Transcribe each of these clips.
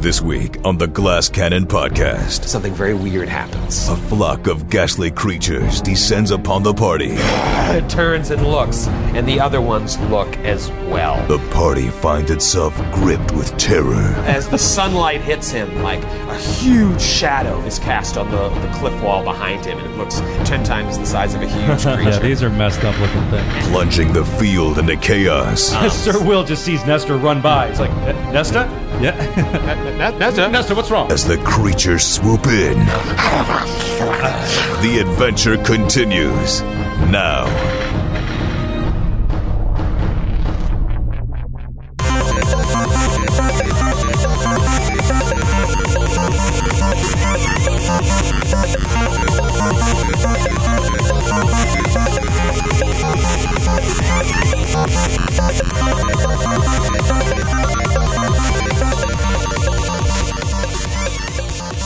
This week on the Glass Cannon Podcast, Something very weird happens. a flock of ghastly creatures descends upon the party. It turns and looks, and the other ones look as well. The party finds itself gripped with terror. As the sunlight hits him, like a huge shadow is cast on the, the cliff wall behind him, and it looks ten times the size of a huge creature. Yeah, these are messed up looking things. plunging the field into chaos. Sir Will just sees Nestor run by. He's like, "Eh, Nesta? Yeah. Nesta? Nesta, what's wrong? As the creatures swoop in, the adventure continues. Now,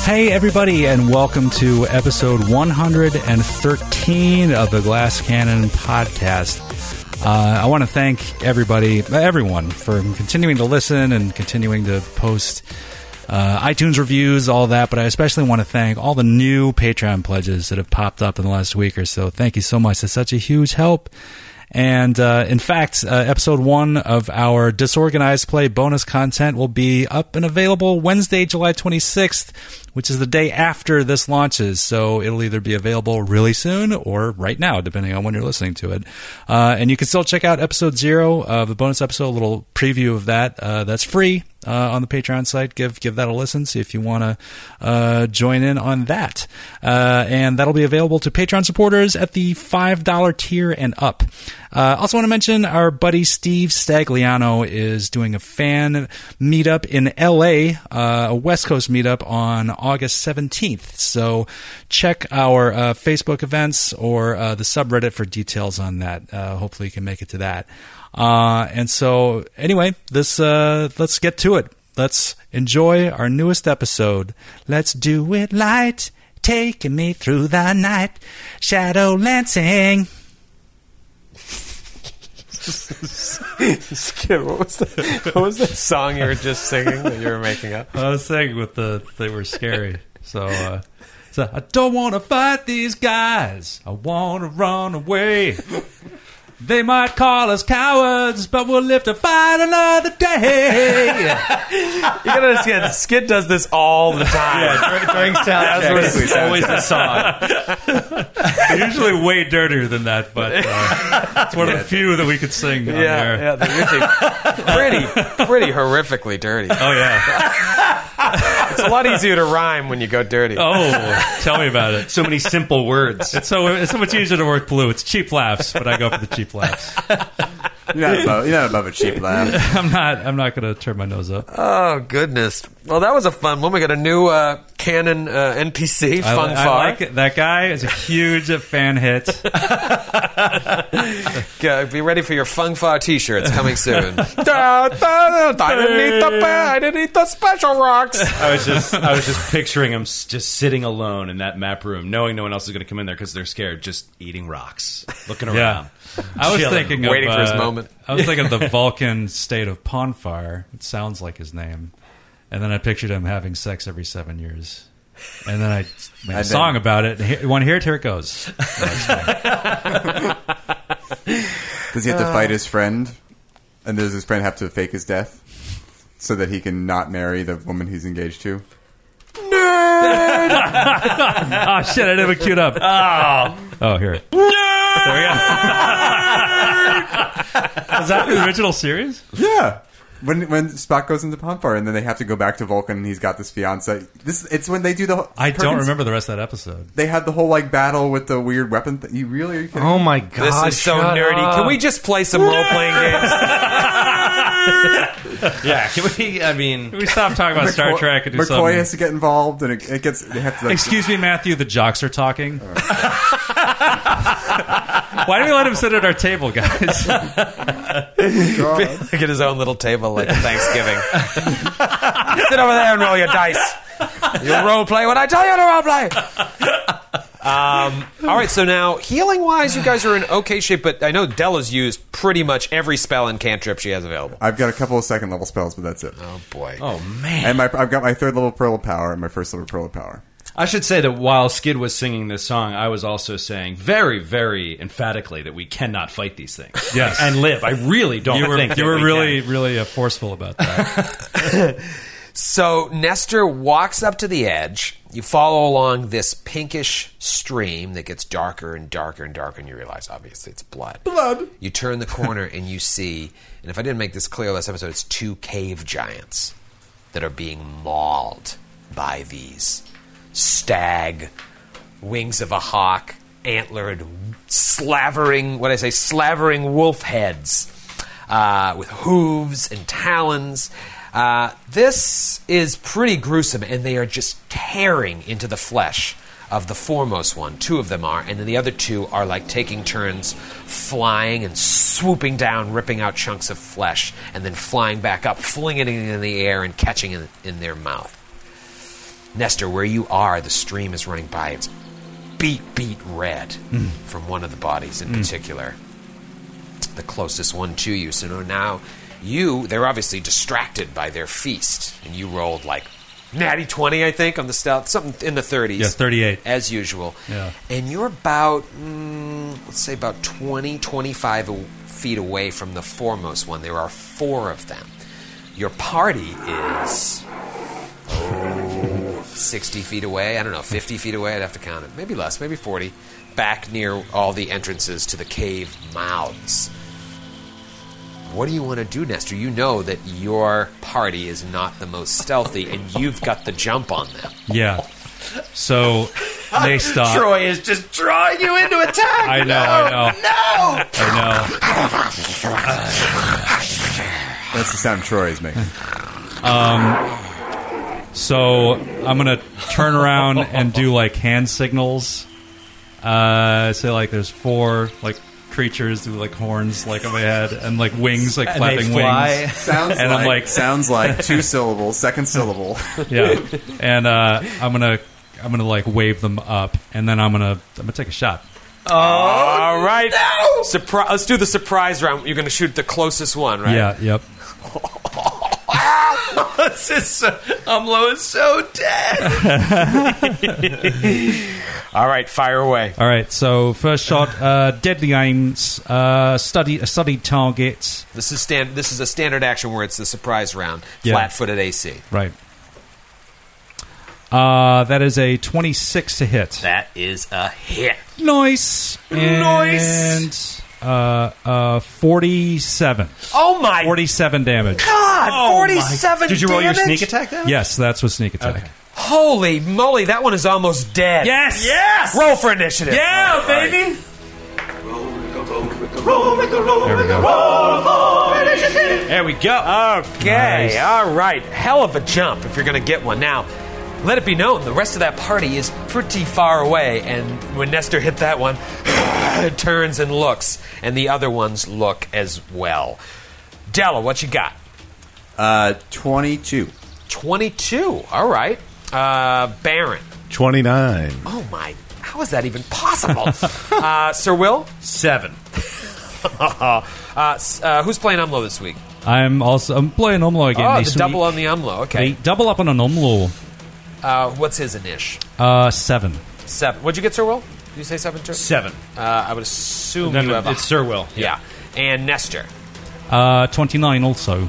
Hey, everybody, and welcome to episode 113 of the Glass Cannon podcast. Uh, I want to thank everybody, everyone, for continuing to listen and continuing to post uh, iTunes reviews, all that. But I especially want to thank all the new Patreon pledges that have popped up in the last week or so. Thank you so much. It's such a huge help. And uh, in fact, uh, episode one of our disorganized play bonus content will be up and available Wednesday, July 26th, which is the day after this launches. So it'll either be available really soon or right now, depending on when you're listening to it. Uh, and you can still check out episode zero of the bonus episode, a little preview of that. Uh, that's free uh, on the Patreon site. Give give that a listen. See if you want to uh, join in on that. Uh, and that'll be available to Patreon supporters at the five dollar tier and up. Uh, also, want to mention our buddy Steve Stagliano is doing a fan meetup in L.A., uh, a West Coast meetup on August seventeenth. So check our uh, Facebook events or uh, the subreddit for details on that. Uh, hopefully, you can make it to that. Uh, and so, anyway, this uh, let's get to it. Let's enjoy our newest episode. Let's do it light, taking me through the night, shadow lancing. Skip, what was, that, what was that song you were just singing that you were making up? I was saying with the they were scary. So, uh, so I don't want to fight these guys. I want to run away. They might call us cowards, but we'll live to fight another day. You gotta understand, Skid does this all the time. That's it's always the song. They're usually way dirtier than that, but uh, it's one of the few that we could sing on yeah, there. yeah, they're usually pretty, pretty horrifically dirty. Oh yeah. It's a lot easier to rhyme when you go dirty. Oh, tell me about it. So many simple words. It's so it's so much easier to work blue. It's cheap laughs, but I go for the cheap laughs. You're not above, you're not above a cheap laugh. I'm not. I'm not going to turn my nose up. Oh goodness! Well, that was a fun one. We got a new uh, canon uh, NPC, I, Fun I Far. like it. that guy. Is a huge fan hit. Yeah, be ready for your Fun Far T-shirts coming soon. Da, da, da, da, I didn't eat the pa- I didn't eat the special rocks. I was just I was just picturing him s- just sitting alone in that map room, knowing no one else is going to come in there because they're scared, just eating rocks, looking Yeah. around. I was Chilling, thinking waiting of, for his uh, moment. I was thinking of the Vulcan state of Ponfar. It sounds like his name. And then I pictured him having sex every seven years. And then I made a bet. song about it. Here, want to hear it? Here it goes. Does he have to fight his friend? And does his friend have to fake his death so that he can not marry the woman he's engaged to? Oh shit! I didn't have it queued up. Oh, here. There we go. Was that the original series? Yeah. When when Spock goes into Pomfar and then they have to go back to Vulcan and he's got this fiance. This it's when they do the. whole- I don't Perkins- remember the rest of that episode. They had the whole like battle with the weird weapon. Th- you really? Are you kidding? Oh my god! This is so shut nerdy. up. Can we just play some role playing games? Yeah, can we? I mean, We stopped talking about Star McCoy- Trek and do McCoy something. has to get involved and it, it gets. They have to. Like, Excuse me, Matthew. The jocks are talking. Why do we let him sit at our table, guys? God. Get his own little table like Thanksgiving. Sit over there and roll your dice. You role play when I tell you to role play. Um, all right, so now healing wise, you guys are in okay shape, but I know Della's used pretty much every spell and cantrip she has available. I've got a couple of second level spells, but that's it. Oh boy. Oh man! And my, I've got my third level Pearl of Power and my first level Pearl of Power. I should say that while Skid was singing this song, I was also saying very, very emphatically that we cannot fight these things. Yes. and live. I really don't. You were think you that were we really can. really uh, forceful about that. So Nestor walks up to the edge. You follow along this pinkish stream that gets darker and darker and darker, and you realize obviously it's blood. Blood. You turn the corner and you see, and if I didn't make this clear last episode, it's two cave giants that are being mauled by these stag, wings of a hawk, antlered, slavering, what I say, slavering wolf heads uh, with hooves and talons. Uh, this is pretty gruesome, and they are just tearing into the flesh of the foremost one. Two of them are, and then the other two are like taking turns flying and swooping down, ripping out chunks of flesh, and then flying back up, flinging it in the air and catching it in their mouth. Nestor, where you are, the stream is running by. It's beat, beat red from one of the bodies in particular. The closest one to you. So now you, they're obviously distracted by their feast. And you rolled like natty 20, I think, on the stealth, something in the 30s. Yeah, 38. As usual. Yeah. And you're about, mm, let's say, about 20, 25 a- feet away from the foremost one. There are four of them. Your party is. 60 feet away. I don't know, 50 feet away. I'd have to count it. Maybe less, maybe 40. Back near all the entrances to the cave mouths. What do you want to do, Nestor? You know that your party is not the most stealthy, and you've got the jump on them. yeah. So they stop. Troy is just drawing you into attack. I know, I know, No. I know. That's the sound Troy is making. So I'm gonna turn around and do like hand signals. Uh, say like there's four like creatures with like horns like on my head and like wings like And they flapping fly. wings. Sounds And like, I'm like- sounds like two syllables, second syllable. Yeah, and uh, I'm gonna I'm gonna like wave them up and then I'm gonna I'm gonna take a shot. All right. Surpri- let's do the surprise round. You're going to shoot the closest one, right? Yeah, yep. this is Umlo is so dead. All right, fire away. All right. So first shot, uh, deadly aims, uh, study a studied target. This is stand. This is a standard action where it's the surprise round, Yeah. flat-footed AC. Right. Uh, that is a 26 to hit. That is a hit. Nice. Nice. And uh, uh, 47. Oh my 47 damage. god! Forty-seven. Did you roll your damage? sneak attack then? Yes, that's with sneak attack. Holy moly! That one is almost dead. Yes! Yes. Roll for initiative. Yeah, baby. There we go. There we go. Okay, Nice. all right. Hell of a jump if you're going to get one. Now, let it be known, the rest of that party is pretty far away, and when Nestor hit that one, it turns and looks, and the other ones look as well. Della, what you got? Uh, 22. 22. All right. Uh, Baron. 29. Oh, my. How is that even possible? uh, Sir Will? Seven. Uh, s- uh, who's playing Umlo this week? I'm also I'm playing Omlo again. Oh, the this double week. on the Umlo. They Okay. double up on an Omlo. Uh, what's his initial? Uh, seven. Seven. What'd you get, Sir Will? Did you say seven? Sir? Seven. Uh, I would assume No, you no, have a- it's Sir Will. yeah. and Nestor. Uh, 29 also.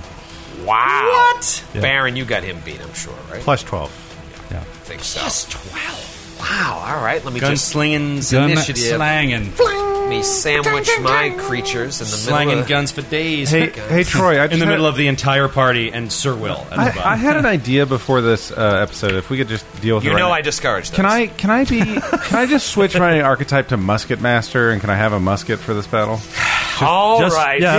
Wow. What? Yeah. Baron, you got him beat, I'm sure, right? Plus 12. Yeah. I think so. Just 12. Wow. All right. Let me just Gunslinging Gun initiative. slanging. let me sandwich my creatures in the middle Slanging of the- guns for days. Hey, hey Troy, I just in the had, middle of the entire party and Sir Will at the I, bottom. I had an idea before this uh, episode. If we could just deal with You it right know now. I discourage those. Can I can I be can I just switch my archetype to musket master and can I have a musket for this battle? All just- right. yeah.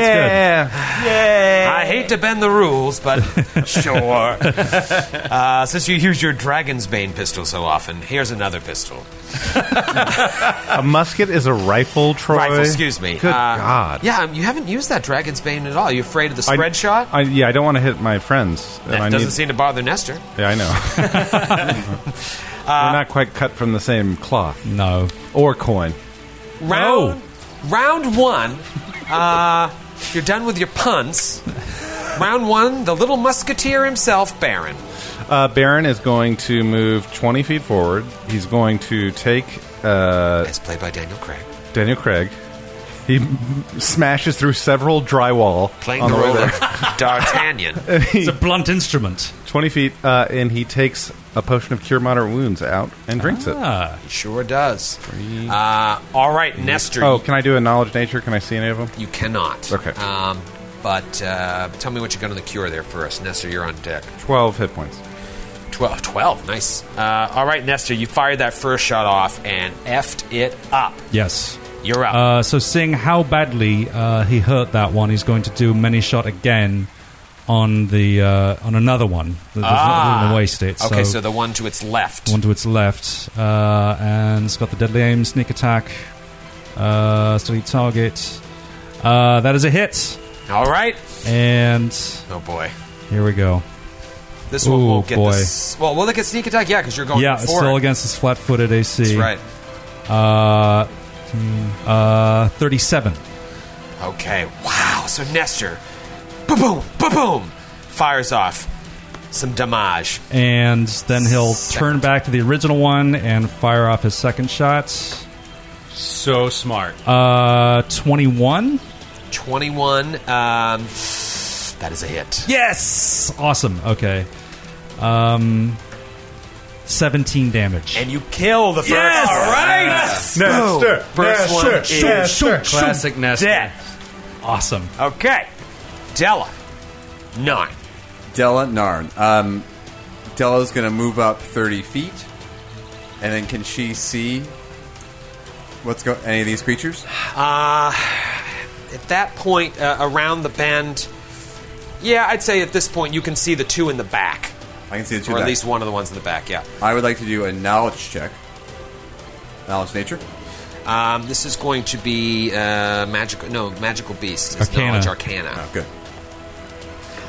That's good. yeah. I hate to bend the rules, but sure. Uh, since you use your Dragon's Bane pistol so often, here's another pistol. A musket is a rifle, Troy. Uh, Rifle, excuse me. Good Uh, God. Yeah, um, you haven't used that Dragon's Bane at all. You afraid of the I- spread shot? I, yeah, I don't want to hit my friends. and that I doesn't need, seem to bother Nestor. yeah, I know. Uh, We're not quite cut from the same cloth No. or coin. Round round one. Uh, you're done with your puns. round one. The little musketeer himself, Baron. Uh, Baron is going to move 20 feet forward. He's going to take uh, As played by Daniel Craig. Daniel Craig. He smashes through several drywall Playing on the the way role there. of D'Artagnan. It's a blunt instrument. 20 feet, uh, and he takes a potion of cure moderate wounds out and drinks Ah. sure does. Uh, all right, Nestor. it. Oh, can I do a knowledge nature? Can I see any of them? You cannot. Okay. Um, but uh, tell me what you got on the cure there for us. Nestor, you're on deck. 12 hit points. 12. 12. Nice. Uh, all right, Nestor, you fired that first shot off and effed it up. Yes. You're up. Uh, so seeing how badly uh, he hurt that one, he's going to do many shot again on the uh, on another one. That doesn't- doesn't waste it. Ah, okay, so the one to its left. one to its left, uh, and it's got the deadly aim, sneak attack, uh, study target. Uh, that is a hit, All right. and Oh, boy. here we go. This one Ooh, will get boy. this. Well, will it get sneak attack? Yeah, because you're going yeah, it's forward. still against his flat-footed AC. That's right. Uh, hmm, uh, thirty-seven. Okay. Wow. So Nestor, ba boom, ba boom, fires off some damage. and then he'll turn back to the original one and fire off his second shot. So smart. Uh, 21. 21. Um, that is a hit. Yes! Awesome. Okay. Um, 17 damage. And you kill the first. Yes! All right. Nestor! First one is Classic Nestor. Death. Awesome. okay. Della, nine. Della Narn. Um, Della's going to move up 30 feet. And then can she see what's go any of these creatures? At that point, uh, around the bend. Yeah, I'd say at this point you can see the two in the back, I can see the two or at back. least one of the ones in the back. Yeah. I would like to do a knowledge check. Knowledge nature. Um, this is going to be uh, magical. No, magical beast. It's Arcana. knowledge arcana. Oh, good.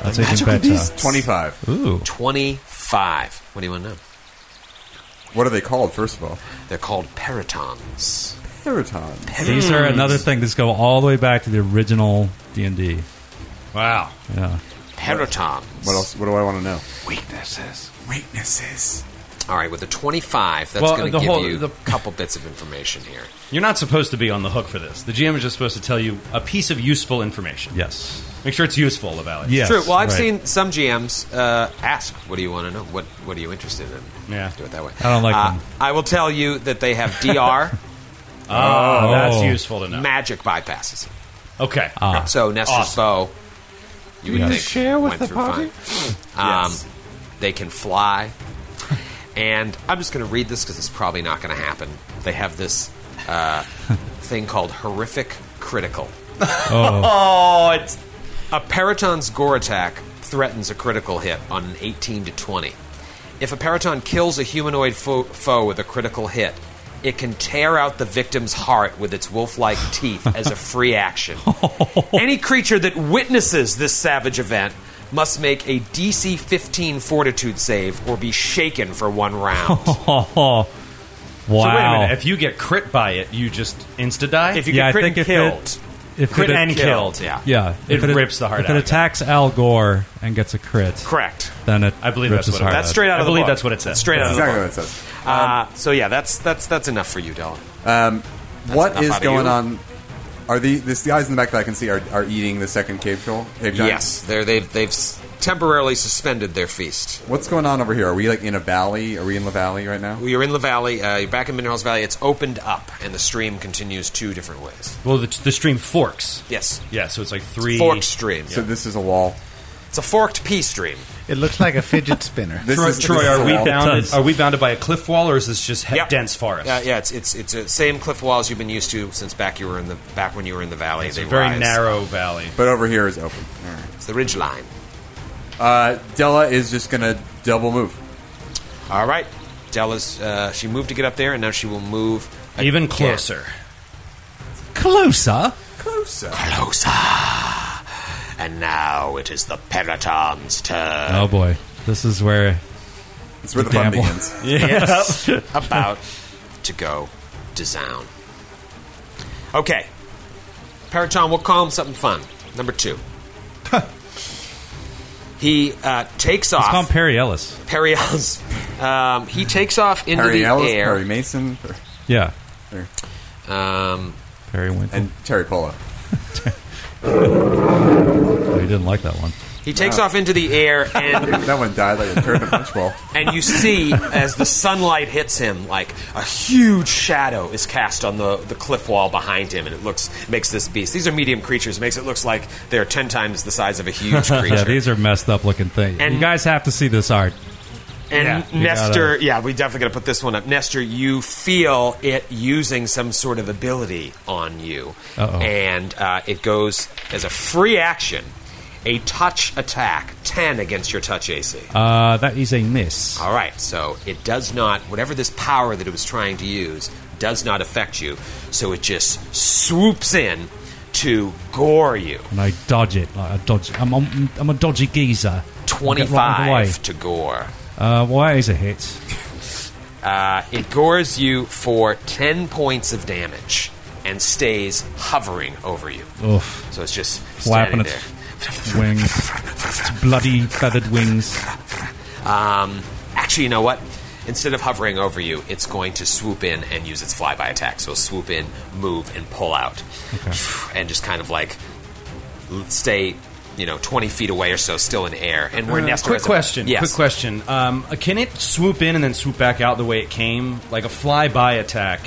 That's even better. 25. Ooh. Twenty-five. What do you want to know? What are they called, first of all? They're called peritons. Periton. Hmm. These are another thing that's go all the way back to the original D&D. Wow. Yeah. Peritons. What else? What do I want to know? All right, with the 25, that's Well, going to the give whole- you a the- couple bits of information here. You're not supposed to be on the hook for this. The GM is just supposed to tell you a piece of useful information. Yes. Make sure it's useful about it. Yes. True. Well, I've right. seen some GMs uh, ask, "What do you want to know? What What are you interested in?" Yeah. do it that way. I don't like Uh, them. I will tell you that they have DR Oh, that's Oh. useful to know. magic bypasses. okay. So Nestor's Awesome. bow, you would Yes. think, Share with went the through party? fine. Um, They can fly, and I'm just going to read this because it's probably not going to happen. They have this uh, thing called horrific critical. oh, it's A Periton's gore attack threatens a critical hit on an 18 to 20. If a Periton kills a humanoid fo- foe with a critical hit, it can tear out the victim's heart with its wolf like teeth as a free action. Any creature that witnesses this savage event must make a DC 15 fortitude save or be shaken for one round. Oh, wow. So wait a minute. If you get crit by it, you just insta die. If you yeah, get I crit think and if killed, it... If crit it, and killed, killed, yeah. Yeah, It if rips the heart If out it of it. attacks Al Gore and gets a crit, correct. then it I believe rips that's his what it heart was. That's straight out I of the believe book. that's what it says. Straight out That's of the exactly book. what it says. Uh, so yeah, that's that's that's enough for you, Dylan. what enough is out of going you. on? Are the this the eyes in the back that I can see are, are eating the second cave troll? Cave giant? Yes, they're, they've they've s- temporarily suspended their feast. What's going on over here? Are we like in a valley? Are we in La Valley right now? You're in the valley. Uh, you're back in Minerals Valley. It's opened up, and the stream continues two different ways. Well, the, the stream forks. Yes, Yeah, so it's like three. forked stream. So this is a wall. It's a forked pea stream. It looks like a fidget spinner. This Troy, is, Troy, this is a are we wall. bounded? Are we bounded by a cliff wall, or is this just he- Yep. dense forest? Uh, yeah, it's it's it's the same cliff walls you've been used to since back you were in the back when you were in the valley. It's they a very rise. narrow valley. But over here is open. It's the ridge line. Uh, Della is just gonna double move. All right, Della's. Uh, she moved to get up there, and now she will move Even again. closer. Uh, Closer. closer. And now it is the Periton's turn. Oh boy, this is where That's where the fun Dabble. begins. about to go down. Okay. Paraton, we'll call him something fun. Number two. he uh, takes It's called off. Perry Ellis. Perry Ellis. Um, he takes off into Harry the Ellis, Harry air. Mason, Yeah. Um, Perry went. and Terry Polo. oh, he didn't like that one. he takes off into the air, and, That one died like a turd in a punch bowl. and you see as the sunlight hits him, like a huge shadow is cast on the, the cliff wall behind him, and it looks makes this beast. These are medium creatures. Makes it looks like they're ten times the size of a huge creature. Yeah, these are messed up looking things. And- you guys have to see this art. And Yeah, you Nestor, yeah, we definitely got to put this one up. Nestor, you feel it using some sort of ability on you, Uh-oh. and uh, it goes as a free action, a touch attack, ten against your touch AC. Uh, that is a miss. All right, so it does not. Whatever this power that it was trying to use does not affect you, so it just swoops in to gore you. And I dodge it. Like, I dodge. I'm, I'm, I'm a dodgy geezer. Twenty-five I get right of to gore. the way. Uh, why is a hit? Uh, it gores you for 10 points of damage and stays hovering over you. Oof. So it's just Flapping standing its there. wings. Its bloody feathered wings. Um, actually, you know what? Instead of hovering over you, it's going to swoop in and use its flyby attack. So it'll swoop in, move, and pull out. And just kind of like l- stay, you know, 20 feet away or so, still in air. And we're Nestor Uh, Quick has a- question. Yes. Quick question. Um, can it swoop in and then swoop back out the way it came, like a flyby attack?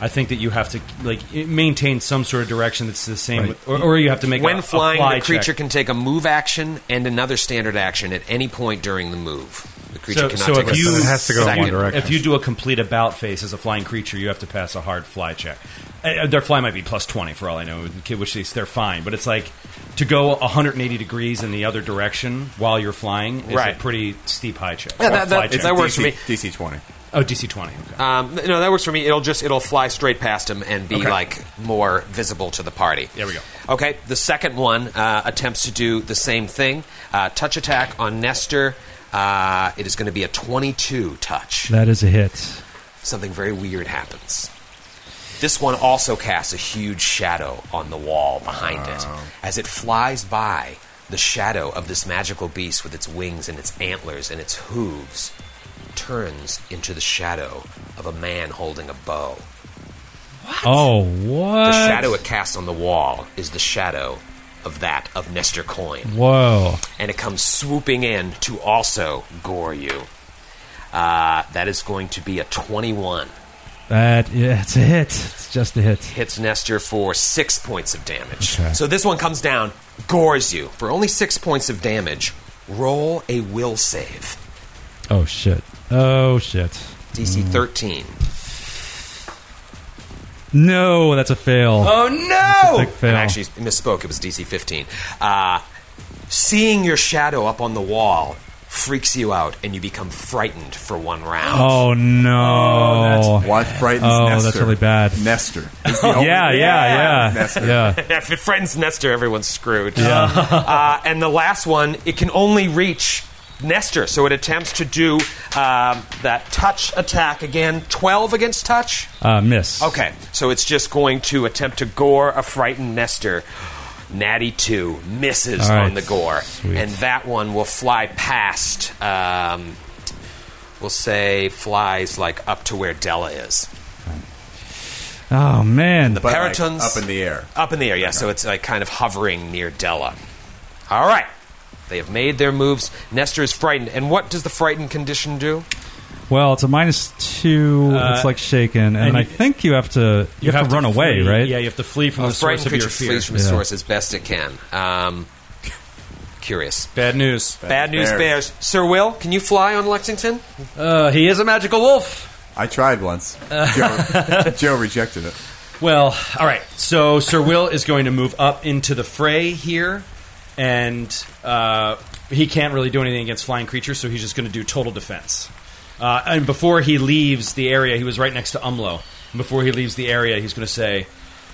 I think that you have to like it- maintain some sort of direction that's the same, with, or, or you have to make When a, flying, a fly the creature check. can take a move action and another standard action at any point during the move. The creature So, cannot so take if a you It has to go in second- one direction. if you do a complete about face as a flying creature, you have to pass a hard fly check. Uh, their fly might be plus twenty for all I know, which is they're fine. But it's like to go 180 degrees in the other direction while you're flying is Right. a pretty steep high check. Yeah, that- fly that- check. that works for me. DC twenty. Oh, DC 20. Okay. Um, no, that works for me. It'll just it'll fly straight past him and be Okay. like more visible to the party. There we go. Okay, the second one uh, attempts to do the same thing. Uh, touch attack on Nestor. Uh, it is going to be a 22 touch. That is a hit. Something very weird happens. This one also casts a huge shadow on the wall behind it. As it flies by, the shadow of this magical beast with its wings and its antlers and its hooves turns into the shadow of a man holding a bow. Oh, what? The shadow it casts on the wall is the shadow of that of Nestor Coin, Whoa. and it comes swooping in to also gore you. Uh, that is going to be a 21. That yeah, it's a hit. It's just a hit. Hits Nestor for six points of damage. Okay. So this one comes down, gores you for only six points of damage. Roll a will save. Oh shit. Oh shit. DC Mm. 13. No, that's a fail. Oh no! Big fail. And actually, misspoke. It was DC 15. Uh, seeing your shadow up on the wall freaks you out, and you become frightened for one round. oh no. What frightens Oh, Nestor? that's really bad. Nestor. Is the only- yeah, yeah, yeah, Nestor. yeah. if Oh, it friends Nestor, everyone's screwed. Yeah. uh, and the last one, it can only reach Nestor, so it attempts to do um, that touch attack again. 12 against touch? Uh, miss. Okay, so it's just going to attempt to gore a frightened Nestor. Natty 2 misses All right. on the gore. Sweet. And that one will fly past, um, we'll say flies like up to where Della is. Oh man. The But like, Paratons. up in the air. Up in the air, yeah. So it's like kind of hovering near Della. All right. They have made their moves. Nestor is frightened. And what does the frightened condition do? Well, it's a minus two. Uh, it's like shaken, and, and I you- think you have to you, have, to run away, flee. right? Yeah, you have to flee from A the source frightened of your creature fear. flees from its source as best it can. Um, curious. Bad news. Bad news bears. Sir Will, can you fly on Lexington? Uh, he is a magical wolf. I tried once. Joe, Joe rejected it. Well, all right. So Sir Will is going to move up into the fray here, and uh, he can't really do anything against flying creatures, so he's just going to do total defense. Uh, and before he leaves the area, he was right next to Umlo. And before he leaves the area, he's going to say,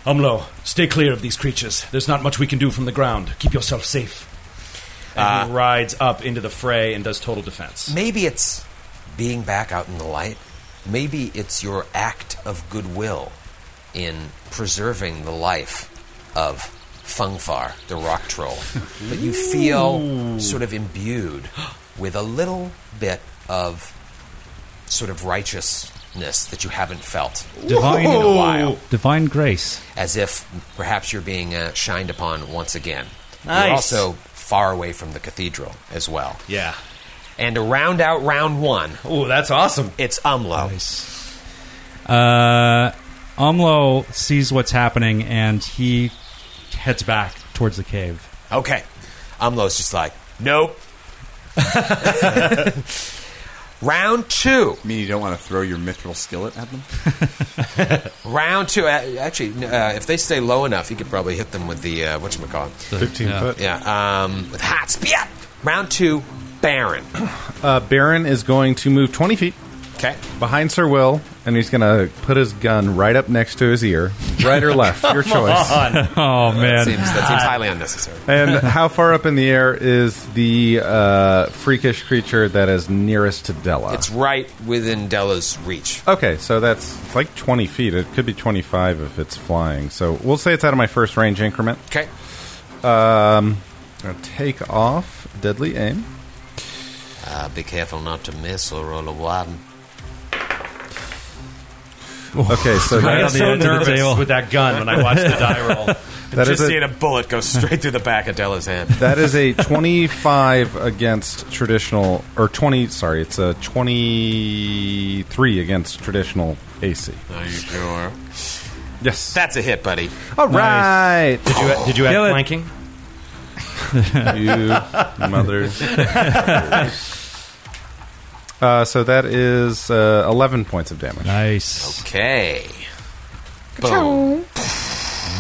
"Umlo, stay clear of these creatures. There's not much we can do from the ground. Keep yourself Uh, safe." And he rides up into the fray and does total defense. Maybe it's being back out in the light, maybe it's your act of goodwill in preserving the life of Fungfar, the rock troll. but you feel sort of imbued with a little bit of sort of righteousness that you haven't felt Divine- in a while Divine grace. as if perhaps you're being uh, shined upon once again. Nice. You're also far away from the cathedral as well. Yeah. And to round out round one, Oh, that's awesome. it's Umlo. Nice. Uh, Umlo sees what's happening and he heads back towards the cave. Okay. Umlo's just like, nope. round two. I mean, you don't want to throw your mithril skillet at them. Round two. A- Actually, n- uh, if they stay low enough, you could probably hit them with the, uh, whatchamacallit. 15 foot. Yeah, um, with hot spear. Round two, Baron. Uh, Baron is going to move 20 feet Okay. behind Sir Will, and he's going to put his gun right up next to his ear, right or left, your choice. Oh, Uh, man. Seems, that seems highly unnecessary. And how far up in the air is the uh, freakish creature that is nearest to Della? It's right within Della's reach. okay, so that's it's like 20 feet. It could be 25 if it's flying. So we'll say it's out of my first range increment. Okay. I'll take off deadly aim. Uh, be careful not to miss or roll a one. Okay, so that, I got on the edge so of the nervous table. with that gun when I watched the die roll. that is Just a seeing a bullet go straight through the back of Della's head. That is a 25 against traditional, or 20, sorry, it's a 23 against traditional AC. Are you sure? Yes. That's a hit, buddy. All right. Did you, did you add Kill it. flanking? you mothers. uh, so that is uh, 11 points of damage. Nice. Okay. Boom.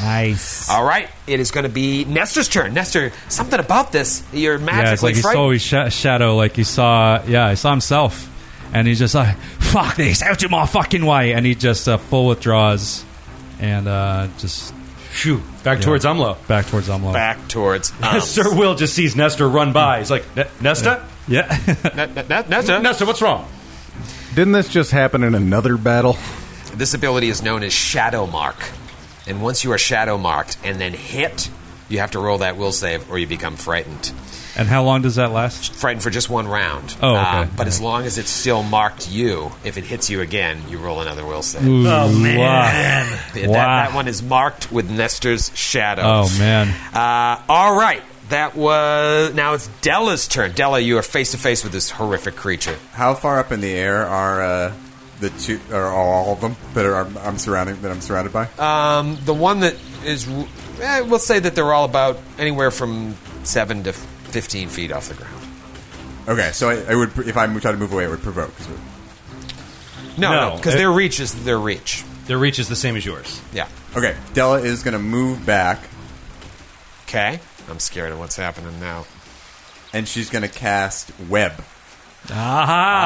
Nice. All right. It is going to be Nestor's turn. Nestor, something about this. You're Yeah, it's magically like he saw frightened. his sha- shadow, like he saw, yeah, he saw himself. And he's just like, fuck this, out of my fucking way. And he just uh, full withdraws and uh, just Phew. Back Yeah. towards Umlo. back towards Umlo. Back towards um, Sir Will just sees Nestor run by. He's like, "Ne- Nesta? Yeah. Nestor. Nesta, what's wrong? Didn't this just happen in another battle? Um, This ability is known as Shadow Mark. And once you are Shadow Marked and then hit, you have to roll that will save or you become frightened. and how long does that last? frightened for just one round. Uh, Oh, okay. but as long as it's still marked you, if it hits you again, you roll another will save. oh, man. That, wow. that one is marked with Nestor's shadow. Oh, man. Uh, all right. That was now it's Della's turn. Della, you are face to face with this horrific creature. How far up in the air are uh, the two, or all of them that are I'm surrounding that I'm surrounded by? Um, the one that is, eh, we'll say that they're all about anywhere from seven to fifteen feet off the ground. okay, so I, I would if I try to move away, it would provoke. So- No. No, because It- their reach is their reach. Their reach is the same as yours. Yeah. Okay, Della is going to move back, Okay. I'm scared of what's happening now. and she's going to cast web.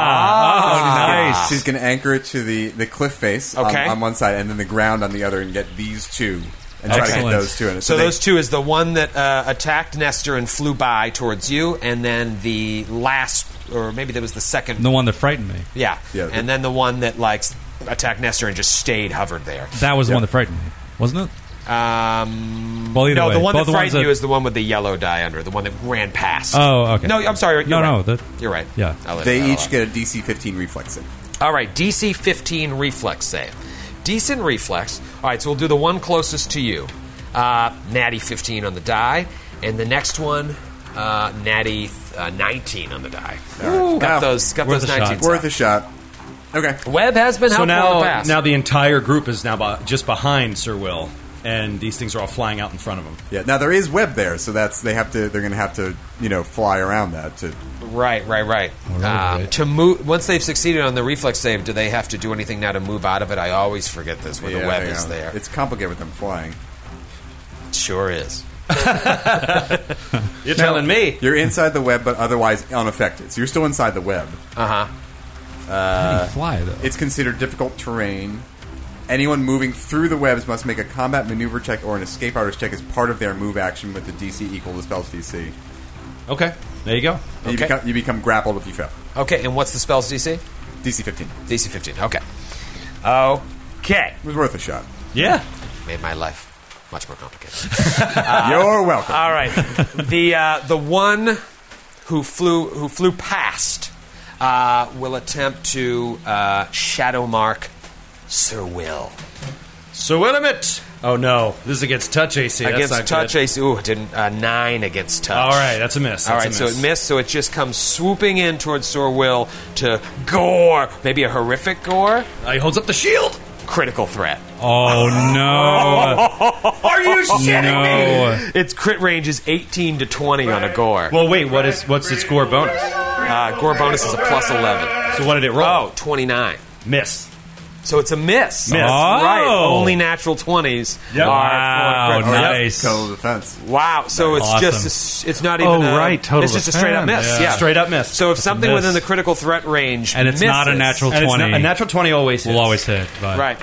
Aha. She's going to anchor it to the, the cliff face on- Okay. on, one side, and then the ground on the other, and get these two, and try to Excellent. hit those two. And So they- those two is the one that uh, attacked Nestor and flew by towards you, and then the last, or maybe that was the second. The one that frightened me. Yeah. Yeah. And then the one that like s- attacked Nestor and just stayed hovered there. That was the one that frightened me, wasn't it? Um, well, either no, way, the one both that the ones frightened you is the one with the yellow die under, the one that ran past. Oh, okay. No, I'm sorry. You're No, right. no, that- you're right. yeah. I'll let it they roll each off. get a DC 15 reflex save. All right, DC 15 reflex save. Decent reflex. All right, so we'll do the one closest to you. Uh, natty 15 on the die, and the next one, uh, natty uh, 19 on the die. Got Wow. those, got Worth those a shot. 19. Worth a shot. Okay. Web has been So helpful in the now, past. now the entire group is now be- just behind Sir Will, and these things are all flying out in front of him. Yeah. Now there is web there, so that's they have to. They're going to have to you know fly around that to. right, right, right. Um, to move, once they've succeeded on the reflex save, do they have to do anything now to move out of it? I always forget this when the Yeah, web you is know, there. It's complicated with them flying. It sure is. You're telling me. You're inside the web, but otherwise unaffected. So you're still inside the web. uh, You fly though. It's considered difficult terrain. Anyone moving through the webs must make a combat maneuver check or an escape artist check as part of their move action with the DC equal to the spell's DC. Okay, there you go. And you, become, you become grappled if you fail. Okay, and what's the spell's DC? DC 15. DC 15. Okay. Okay. It was worth a shot. Yeah. Made my life much more complicated. You're welcome. All right. the uh, the one who flew who flew past uh, will attempt to uh, shadow mark Sir Will So Willamette. Oh no, this is against touch AC. That's against not touch good. AC. Ooh, it didn't uh, nine against touch. All right, that's a miss. All That's right, a so miss. it missed, so it just comes swooping in towards Sir Will to gore, maybe a horrific gore, Uh, he holds up the shield. critical threat. Oh Oh, no! Are you shitting no! Its crit range is 18 to 20 on a gore. Well, Oh, wait. What is what's its score bonus? Uh, gore bonus is a plus 11. So what did it roll? Oh, 29. Miss. So it's a miss. Miss. That's right. Oh. Only natural 20s are Yep. for Wow! critical. Yep. Nice. Total defense. Wow. So it's Awesome. just, a s- it's not even Oh, a, right, total It's just a straight up defense. miss. Yeah. Yeah. Straight up miss. So if something miss. within the critical threat range And it's not a misses- natural And it's twenty. not- a natural twenty always hits. will always hit. But Right.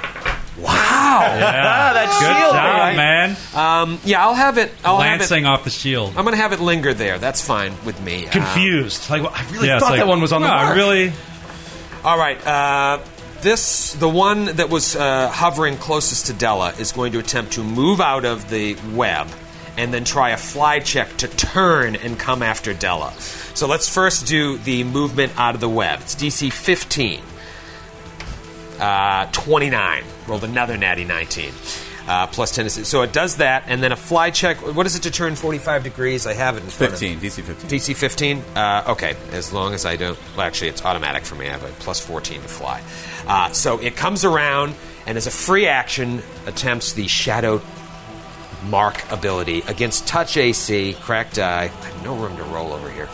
Wow. Yeah. that Good shield, job, right? man! Um, yeah, I'll have it. I'll have it. Lancing off the shield. I'm going to have it linger there. That's fine with me. confused. Like well, I really it's thought like, that one was on the no, I mark. Really? Um, all right. Uh, this the one that was uh, hovering closest to Della is going to attempt to move out of the web and then try a fly check to turn and come after Della. So let's first do the movement out of the web. It's DC 15. Uh, 29. Rolled another natty 19. Uh, plus 10 is so it does that and then a fly check what is it to turn 45 degrees i have it in front of me. 15. DC 15. DC 15? Uh, okay, as long as I don't. Well, actually, it's automatic for me. I have a plus 14 to fly. Uh, so it comes around and, as a free action, attempts the Shadow Mark ability against Touch AC, Cracked Eye. I have no room to roll over here.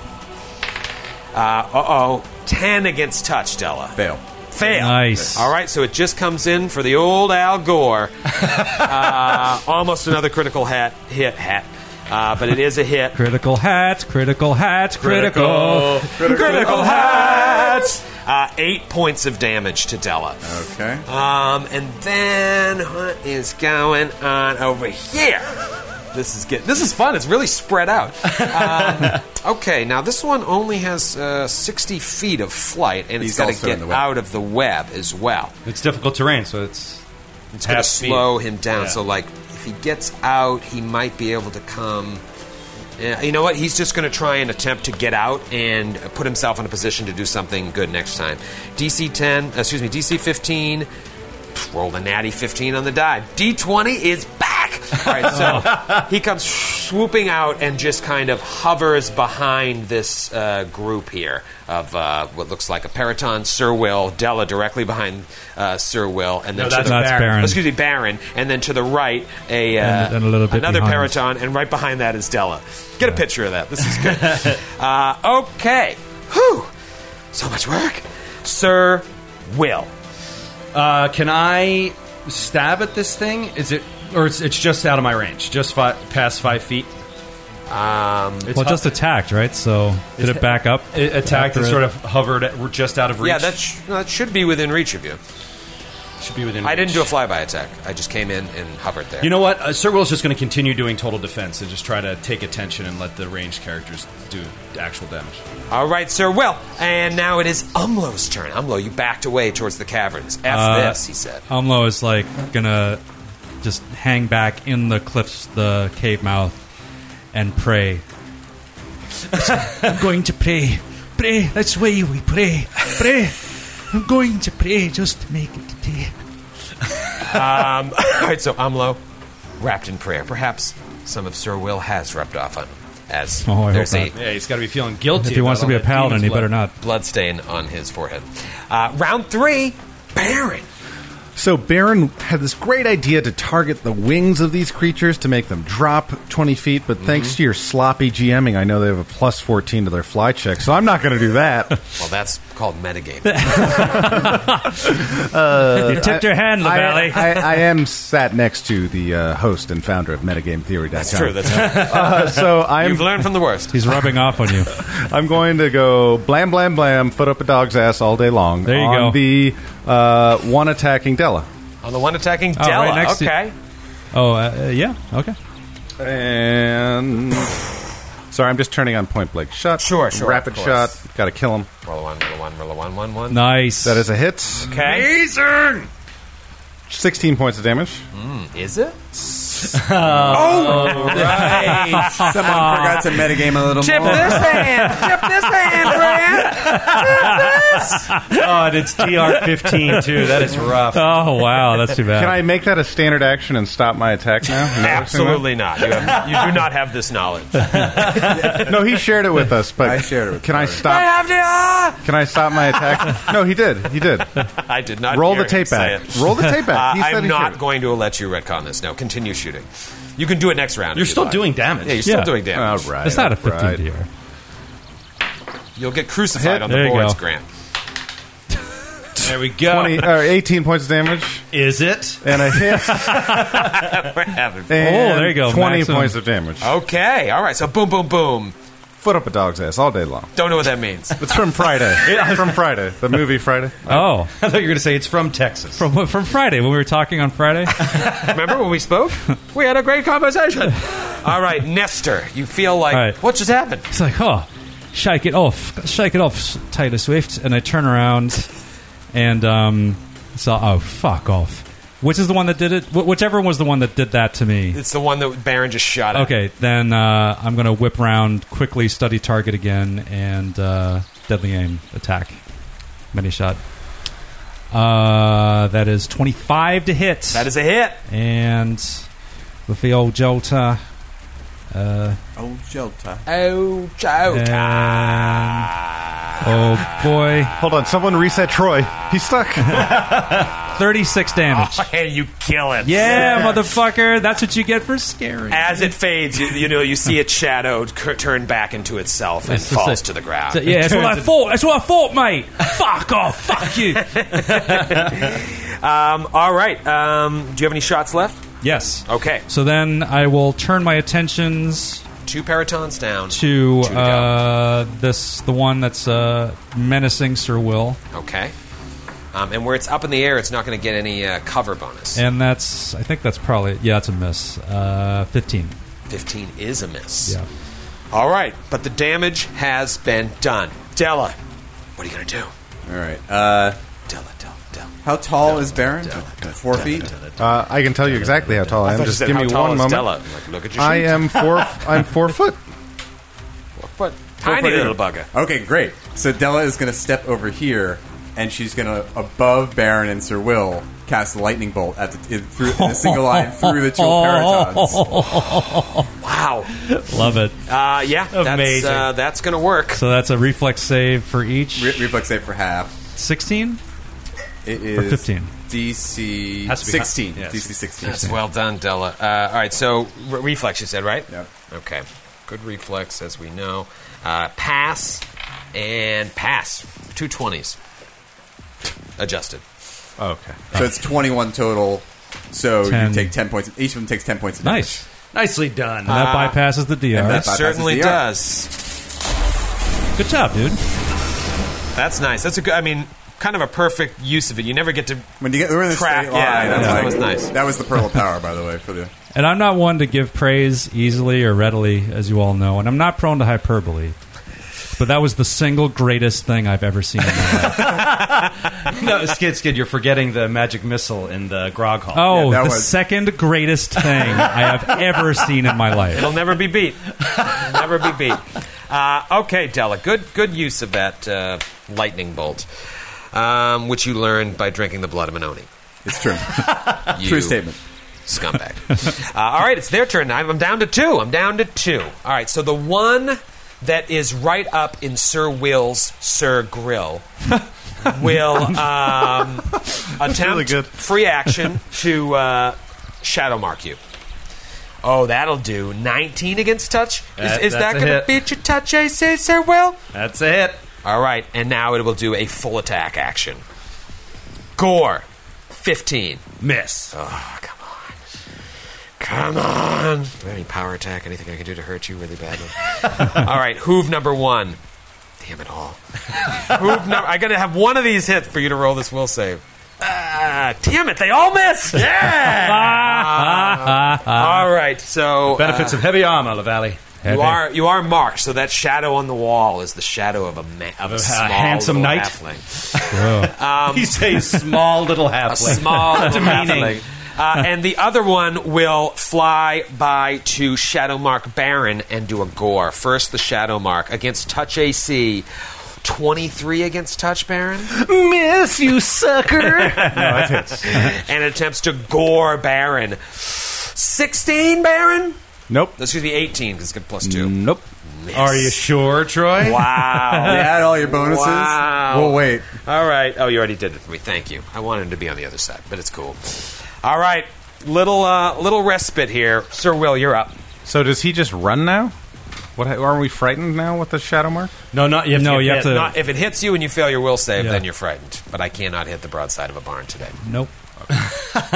Uh oh. 10 against Touch, Della. Fail. Fail. Nice. All right, so it just comes in for the old Al Gore. uh, almost another critical hat hit hat, uh, but it is a hit. Critical hat. Critical hat. Critical. Critical hats. Uh, eight points of damage to Della. Okay. Um, and then what is going on over here? This is good. This is fun. It's really spread out. Um, okay, now this one only has uh, sixty feet of flight, and He's it's got also to in get the web. out of the web as well. It's difficult terrain, so it's It's going to Half speed. slow him down. Yeah. So, like, if he gets out, he might be able to come. Yeah, you know what? He's just going to try and attempt to get out and put himself in a position to do something good next time. DC 10, uh, excuse me, DC 15. Pff, Rolled a natty 15 on the die. D20 is back! All right, so he comes swooping out and just kind of hovers behind this uh, group here of uh, what looks like a Periton, Sir Will, Della directly behind uh, Sir Will, and then No, to that's the- That's Baron. Baron. excuse me, Baron, and then to the right, a uh, And- and a little bit another behind. Periton, and right behind that is Della. Get a picture of that. This is good. uh, okay, whew, so much work, Sir Will. Uh, can I stab at this thing? Is it or it's, it's just out of my range? Just fi- past five feet. Um, it's Well, just attacked, right? So did it back up? it attacked After and it- sort of hovered at, we're just out of reach. Yeah, that sh- that should be within reach of you. should be within. I didn't do a reach. flyby attack. I just came in and hovered there. You know what? Uh, Sir Will's just going to continue doing total defense and just try to take attention and let the ranged characters do actual damage. All right, Sir Will, and now it is Umlo's turn. Umlo, you backed away towards the caverns. F Uh, this, he said. Umlo is like gonna just hang back in the cliffs, the cave mouth, and pray. I'm going to pray. Pray. That's why we pray. Pray. I'm going to pray just to make it today. All right, so Amlo, wrapped in prayer. Perhaps some of Sir Will has rubbed off on him, as Oh, I hope there's a not. Yeah, he's got to be feeling guilty. If he wants to be a paladin, he better not. blood stain on his forehead. Uh, round three, Baron. So Baron Had this great idea to target the wings of these creatures to make them drop 20 feet, but thanks to your sloppy GMing, I know they have a plus 14 to their fly check, so I'm not going to do that. Well, that's called metagame. you tipped your hand, I, Lavalley. I, I am sat next to the uh, host and founder of MetagameTheory.com. That's true. That's true. Uh, so I'm You've learned from the worst. He's rubbing off on you. I'm going to go blam blam blam, foot up a dog's ass all day long. There you on go. The uh, one attacking Della, On the one attacking Oh, Della. right next to- okay. Oh, uh, uh, yeah. Okay. and sorry, I'm just turning on point blank shot. Sure, sure, rapid of course. shot, Got to kill him. Roll a one, roll a one, roll a one, one, one. Nice. That is a hit. Okay. 16 points of damage. Is it? Someone forgot to metagame a little more. hand. Tip this hand, Brad. Oh, and it's DR fifteen too. That is rough. oh wow, that's too bad. Can I make that a standard action and stop my attack now? Absolutely not. You, have, you do not have this knowledge. no, he shared it with us, but I shared it with Can I Corey. stop? have to. ah! Can I stop my attack? No, he did. He did. I did not. Roll hear the tape him say back. it. Roll the tape back. He Uh, said I'm he not should. going to let you retcon this. No, continue shooting. You can do it next round. if You're you'd still like. doing damage. Yeah, you're still Yeah. doing damage. All right. It's not a all 15 right. DR. You'll get crucified on the There you boards, go. Grant. There we go. 20, or 18 uh, points of damage Is it? and a hit. We're having fun. And there you go, 20 maximum. points of damage. Okay, all right. So boom, boom, boom. Foot up a dog's ass all day long. Don't know what that means. It's from Friday. from Friday. The movie Friday. Oh, I thought you were going to say it's from Texas. from from Friday when we were talking on Friday. Remember when we spoke? We had a great conversation. All right, Nestor, you feel like All right. what just happened? It's like, oh, shake it off, shake it off, Taylor Swift. And I turn around, and um, it's like, oh, fuck off. Which is the one that did it? Wh- whichever was the one that did that to me. It's the one that Baron just shot at. Okay, then uh, I'm going to whip round quickly, study target again, and uh, deadly aim attack. Many shot. Uh, that is 25 to hit. That is a hit. and with the old Jolter. Uh, Oh, Jolta. Oh, chota. and- oh boy, Hold on. Someone reset Troy. He's stuck. Uh, 36 damage. and you kill it. Yeah, motherfucker, that's what you get for scaring. As it fades, you, you know you see it shadowed cur- turn back into itself and It's just falls like- to the ground. So, yeah, that's what I thought. That's what I thought, mate. Fuck off. Fuck you. Um, all right. Um, do you have any shots left? Yes. Okay. So then I will turn my attentions Two paratons down. to Two to go. uh, this, the one that's uh, menacing Sir Will, Okay. Um, and where it's up in the air, it's not going to get any uh, cover bonus. and that's I think that's probably yeah, it's a miss. Uh, Fifteen. 15 is a miss. Yeah. All right. But the damage has been done. Della, what are you going to do? All right. Uh, Della, Della, Della. how tall is Baron? Four feet. Uh, I can tell you exactly how tall I am. thought you Just said, give "How me tall is one moment. Della? Like, look at your I sheet. am four. I'm four foot. But uh, tiny little bugger. Okay, great. So Della is going to step over here, and she's going to above Baron and Sir Will cast a lightning bolt at the, in, through, in a single line through the two Oh. paratons. Wow. Love it. Uh, yeah. That's, Amazing. uh, that's going to work. So that's a reflex save for each. Re- reflex save for half. Sixteen. It is 15. DC Has to be- sixteen. yes. DC sixteen. That's well done, Della. Uh, all right, so re- reflex, you said, right? Yep. Okay. Good reflex, as we know. Uh, pass and pass. Two 20s. Adjusted. Okay. So it's twenty-one total. So Ten. you take ten points. Each of them takes ten points. Of damage. Nice. Nicely done. And that bypasses the DR. Uh, and That That bypasses certainly the arm. does. Good job, dude. That's nice. That's a good, I mean, kind of a perfect use of it. You never get to. When you get we're in the Crap, straight line, yeah, I'm that like- was nice. That was the pearl of power, by the way, for the And I'm not one to give praise easily or readily, as you all know, and I'm not prone to hyperbole. But that was the single greatest thing I've ever seen. In my life. no, Skid Skid, you're forgetting the magic missile in the Grog Hall. Oh, that the was- second greatest thing I have ever seen in my life. It'll never be beat. It'll never be beat. Uh, okay, Della. Good, good use of that uh, lightning bolt, um, which you learned by drinking the blood of Manoni. It's true. You True statement. scumbag. uh, all right, it's their turn. I'm, I'm down to two. I'm down to two. All right, so the one that is right up in Sir Will's Sir Grill will um, attempt really good. free action to uh, shadow mark you. Oh, that'll do. 19 against touch. Is, That- is that that's a going to hit. beat your touch, I say, Sir Will? That's a hit. All right, and now it will do a full attack action. Gore, 15. Miss. Oh, come on. Come on. Do I have Any power attack, anything I can do to hurt you really badly? all right, hoove number one. Damn it all. hoove number. I gotta have one of these hits for you to roll this will save. Ah, damn it, they all miss! Yeah! Ah. all right, so. Benefits of heavy armor, Lavalley. You are you are marked, so that shadow on the wall is the shadow of a ma- of a, small handsome little knight? halfling. He's Um, a small little halfling. a small little Demeaning. halfling. Uh, and the other one will fly by to Shadowmark Baron and do a gore. First, the Shadowmark against Touch AC. 23 against Touch Baron. Miss you, sucker. and attempts to gore Baron. 16, Baron? Nope. Excuse me, 18, because it's got plus 2. Nope. Mm. Are you sure, Troy? Wow. You add all your bonuses. Wow. Well, wait. All right. Oh, you already did it for me. Thank you. I wanted him to be on the other side, but it's cool. All right. Little uh, little respite here. Sir Will, you're up. So does he just run now? What ha- aren't we frightened now with the shadow mark? No, not you. Have No, to get you have hit. to- Not, if it hits you and you fail your will save, Yeah. then you're frightened. But I cannot hit the broadside of a barn today. Nope.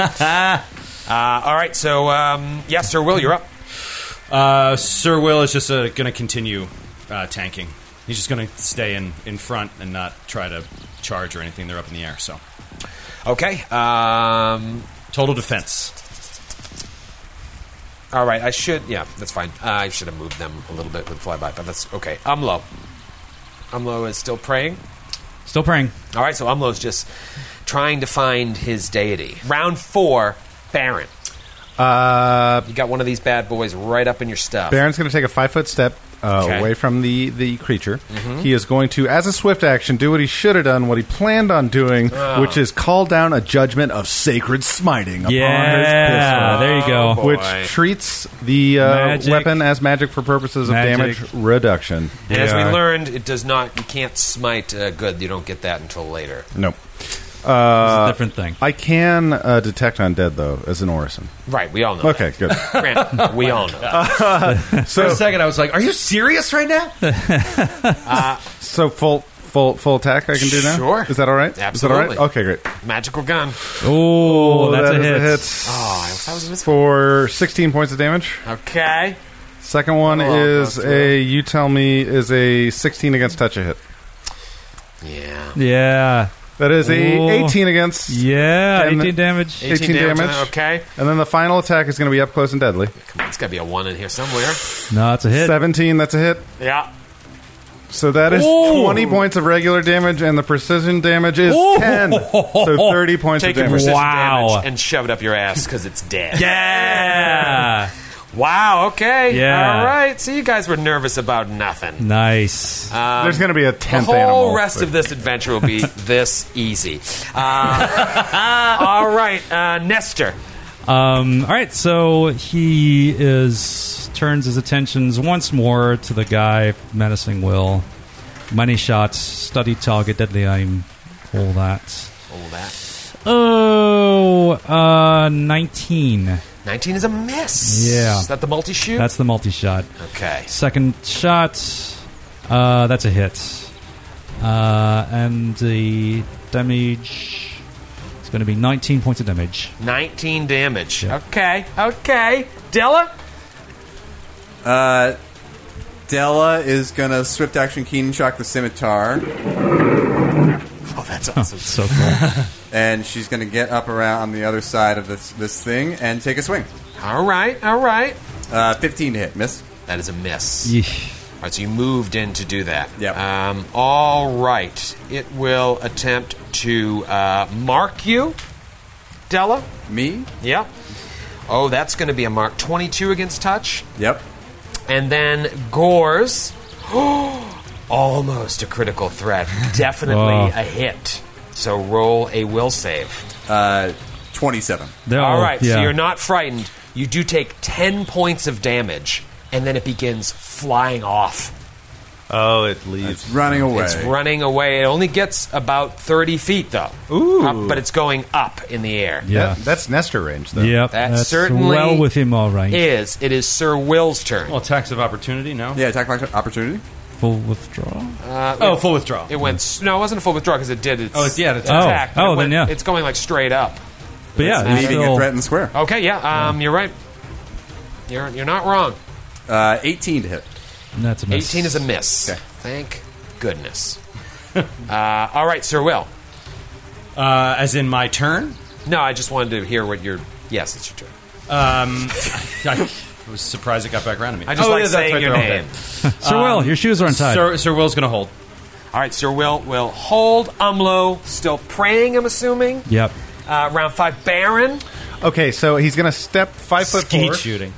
Uh, all right. So, um, yes, Sir Will, you're up. Uh, Sir Will is just uh, going to continue uh, tanking. He's just going to stay in, in front and not try to charge or anything. They're up in the air, so Okay. Um, total defense. all right. I should. Yeah, that's fine. I should have moved them a little bit with flyby, but that's okay. Umlo. Umlo is still praying. Still praying. All right, so Umlo's just trying to find his deity. Round four, Baron. Uh, you got one of these bad boys right up in your stuff. Baron's going to take a five foot step uh, Okay. away from the the creature. He is going to, as a swift action, do what he should have done, what he planned on doing, which is call down a judgment of sacred smiting upon Yeah, his there you go. pistol, which treats the uh, Magic. weapon as magic for purposes of Magic. damage reduction. and as we Yeah. learned, it does not. You can't smite uh, good. You don't get that until later. Nope. it's a different thing. I can uh, detect undead though as an orison. Right, we all know. Okay, good. that. Grant, we all know. that. For So a second, I was like, "Are you serious right now?" so full full full attack I can do now. Sure. Is that all right? Is Absolutely. that all right? Okay, great. Magical gun. Oh, that's that a is hit. Oh, I was, I was mis- For 16 points of damage. okay. Second one Oh, is a you tell me is a 16 against touch a hit. Yeah. Yeah. That is a Whoa. 18 against. Yeah. And- 18 damage. 18 damage. Okay. And then the final attack is going to be up close and deadly. Come on, it's got to be a one in here somewhere. No, it's a hit. 17, that's a hit. Yeah. So that is Ooh. 20 points of regular damage, and the precision damage is Ooh. 10. So 30 points Take of your damage. persistent Wow. damage and shove it up your ass because it's dead. Yeah. Wow. Okay. Yeah. All right. So you guys were nervous about nothing. nice. There's going to be a 10th the whole animal. rest of this adventure will be this easy. Uh, all right, uh, Nestor. Um, all right, so he is turns his attentions once more to the guy menacing Will. Many shots, study target, deadly aim, all that. Oh, that Oh, uh, 19. nineteen is a miss. Yeah. is that the multi shoot? That's the multi shot. okay. Second shot, uh, that's a hit. Uh, and the damage is going to be 19 points of damage. Nineteen damage. Okay. Okay. Della. Uh, Della is gonna swift action Keen shock the scimitar, Oh, that's awesome. So cool. and she's gonna get up around on the other side of this this thing and take a swing. all right. All right. Uh, 15 to hit, miss. That is a miss. Yeesh. All right, so you moved in to do that. Yep. Um, all right. It will attempt to uh, mark you, Della. Me? Yeah. Oh, that's going to be a mark 22 against touch. Yep. And then Gores. Almost a critical threat. Definitely Wow. a hit. So roll a will save. Uh, 27. They're All right, so yeah. you're not frightened. You do take 10 points of damage, and then it begins flying off. Oh, it leaves. Running away. It's running away. It only gets about 30 feet, though. Ooh. but it's going up in the air. Yeah. that's Nestor range, though. Yep, That that's certainly well within my range. Is it is Sir Will's turn? Well, attacks of opportunity. No. Yeah, attack by opportunity. Full withdrawal. Uh, Oh, full withdrawal. It went. s- No, it wasn't a full withdrawal because it did. Its, Oh, it's- yeah, it's its attack. attack. Oh. but it Oh, then went- yeah. It's going like straight up. But yeah, it's Leaving a still- threatened square. Okay, yeah. Um, you're right. You're you're not wrong. Uh, 18 to hit. that's a miss. 18 is a miss. Okay. Thank goodness. uh, all right, Sir Will. Uh, as in my turn. No, I just wanted to hear what your. Yes, it's your turn. Um, I, I was surprised it got back around to me. I just like saying your name. Sir Um, Will, your shoes are untied. Sir, Sir Will's going to hold. All right, Sir Will will hold Umlo, still praying, I'm assuming. yep. Uh, round five, Baron. Okay, so he's going to step five foot Skeet four. shooting.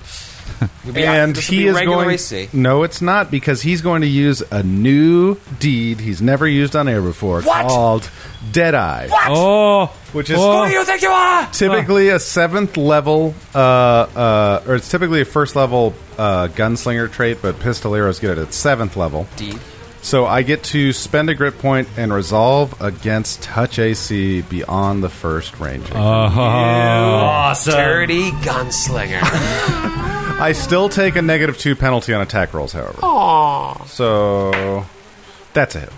You'll be- And this will be he is regular going. AC. No, it's not because he's going to use a new deed he's never used on air before What? called Deadeye, What? Oh, which is Oh. Who do you think you are? typically a seventh level, uh, uh, or it's typically a first level uh, gunslinger trait, but pistoleros get it at seventh level. Deed. So I get to spend a grit point and resolve against touch AC beyond the first range. Awesome. Dirty gunslinger. I still take a negative two penalty on attack rolls, however. So that's a hit.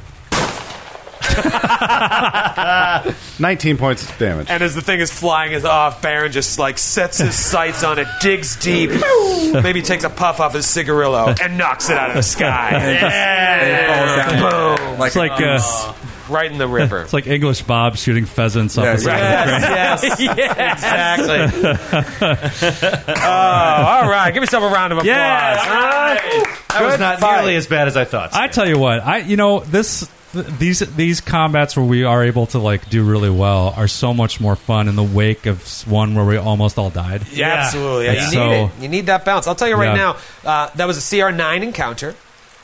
19 points of damage. and as the thing is flying is off, Baron just like sets his sights on it, digs deep, maybe takes a puff off his cigarillo, and knocks it out of the sky. yeah! Boom! Like, it's like uh, Right in the river. it's like English Bob shooting pheasants off Yeah, the side of the Yes, yes, exactly. oh, all right. Give yourself a round of applause. Yes, All right. That was not nearly as bad as I thought. I tell you what, I you know this th- these these combats where we are able to like do really well are so much more fun in the wake of s- one where we almost all died. Yeah, absolutely. Yeah, You So- need it. You need that bounce. I'll tell you right Yeah. now, uh, that was a CR9 encounter.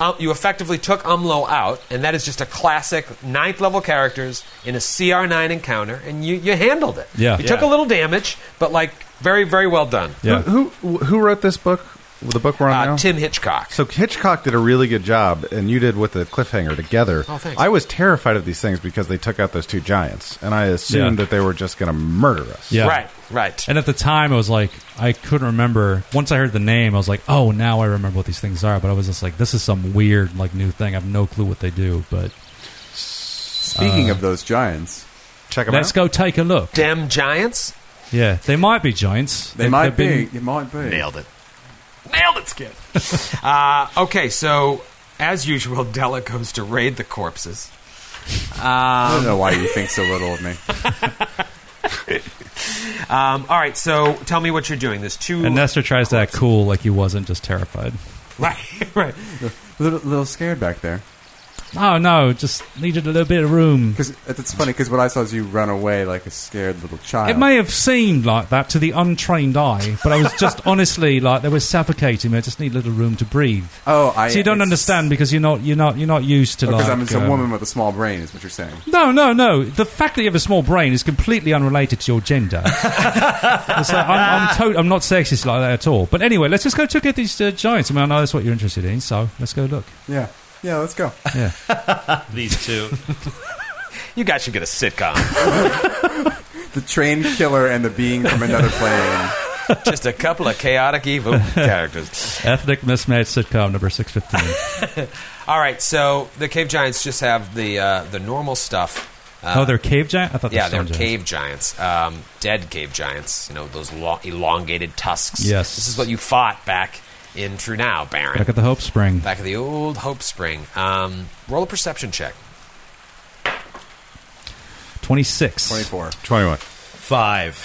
Um, you effectively took Umlo out, and that is just a classic ninth level characters in a CR9 encounter, and you, you handled it. Yeah. You took a little damage, but like very, very well done. Yeah. Who, who who wrote this book? The book we're on now? Uh, Tim Hitchcock. So Hitchcock did a really good job, and you did with the cliffhanger together. Oh, thanks. I was terrified of these things because they took out those two giants, and I assumed Yeah. that they were just going to murder us. Yeah. Right, right. And at the time, I was like, I couldn't remember. Once I heard the name, I was like, oh, now I remember what these things are. But I was just like, this is some weird, like, new thing. I have no clue what they do. But speaking of those giants, Check them let's out. go take a look. Damn giants. Yeah, they might be giants. they might they've be. been- It might be. it. Nailed it, Skip. uh, okay, so as usual, Della goes to raid the corpses. I don't know why you think so little of me. Um, all right, so tell me what you're doing. There's two. And Nestor tries to act cool, like he wasn't just terrified. right, right. little, little scared back there. Oh no, just needed a little bit of room. Because it's funny. Because what I saw is you run away like a scared little child. It may have seemed like that to the untrained eye, but I was just honestly like they were suffocating me. I just need a little room to breathe. Oh, I. so you don't it's- understand because you're not you're not you're not used to Because like. I'm it's a um, woman with a small brain, is what you're saying. No, no, no. The fact that you have a small brain is completely unrelated to your gender. It's like, I'm, I'm, to- I'm not sexist like that at all. But anyway, let's just go check out these uh, giants. I mean, I know that's what you're interested in, so let's go look. Yeah. Yeah. Let's go. Yeah. These two. You guys should get a sitcom. The train killer and the being from another plane. Just a couple of chaotic evil characters. Ethnic mismatch sitcom number 615. Uh, All right, so the cave giants just have the uh, the normal stuff. Uh, oh, they're cave giants? I thought they yeah, were they're stone giants. cave giants, um, dead cave giants. You know those lo- elongated tusks. Yes. this is what you fought back in True Now, Baron. Back at the Hope Spring. back of the old Hope Spring. Um, roll a perception check. 26. 24. 21. Five.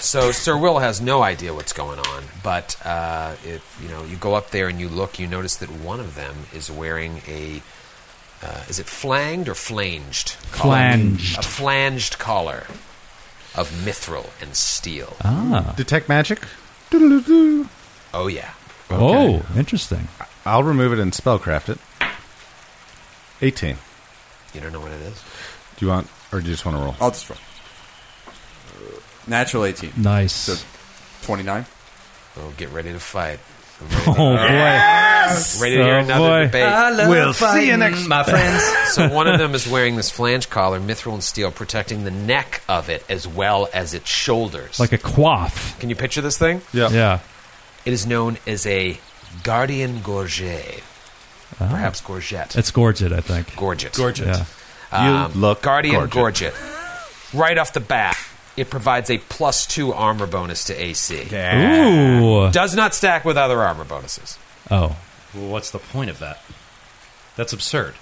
So Sir Will has no idea what's going on, but uh, if you know you go up there and you look, you notice that one of them is wearing a. Uh, is it flanged or flanged? collar? Flanged. A flanged collar of mithril and steel. Ah. Detect magic. Oh yeah. Oh, interesting. I'll remove it and spellcraft it. 18. You don't know what it is. Do you want, or do you just want to roll? I'll just roll. Natural 18. Nice. So 29. Oh, get ready to fight. oh, boy. Ready to hear Oh, another boy. debate. we'll see you next, my friends. So one of them is wearing this flange collar, mithril and steel, protecting the neck of it as well as its shoulders. Like a quaff. Can you picture this thing? Yeah. Yeah. It is known as a guardian gorget, perhaps gorget. It's gorgeous, I think. gorget. Gorgeous. Yeah. Um, You look guardian gorget. gorgeous. Right off the bat, it provides a plus two armor bonus to AC. Ooh. Does not stack with other armor bonuses. Oh. Well, what's the point of that? That's absurd.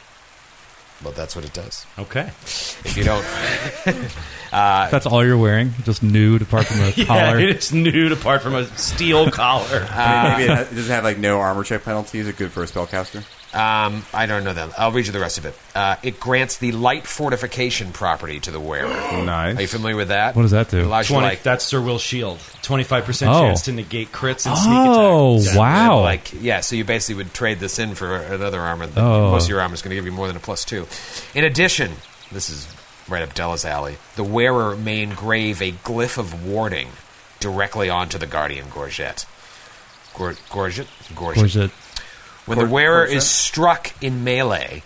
Well, that's what it does. Okay. If you don't, That's all you're wearing, just nude apart from the collar. Yeah, it's nude apart from a steel collar. I mean, maybe it, has, it doesn't have like no armor check penalty. Is it good for a spellcaster? um, I don't know that. I'll read you the rest of it. Uh, it grants the light fortification property to the wearer. Nice. Are you familiar with that? What does that do? It allows you to, 20, like, that's Sir Will Shield. 25% Oh. chance to negate crits and sneak attack. oh Yeah. wow! Like yeah, so you basically would trade this in for another armor. The- Oh. Most of your armor is going to give you more than a plus two. In addition, this is right up Della's alley. The wearer may engrave a glyph of warning directly onto the guardian gorget. Gor- gorget, gorget. or is it? When the wearer is struck in melee,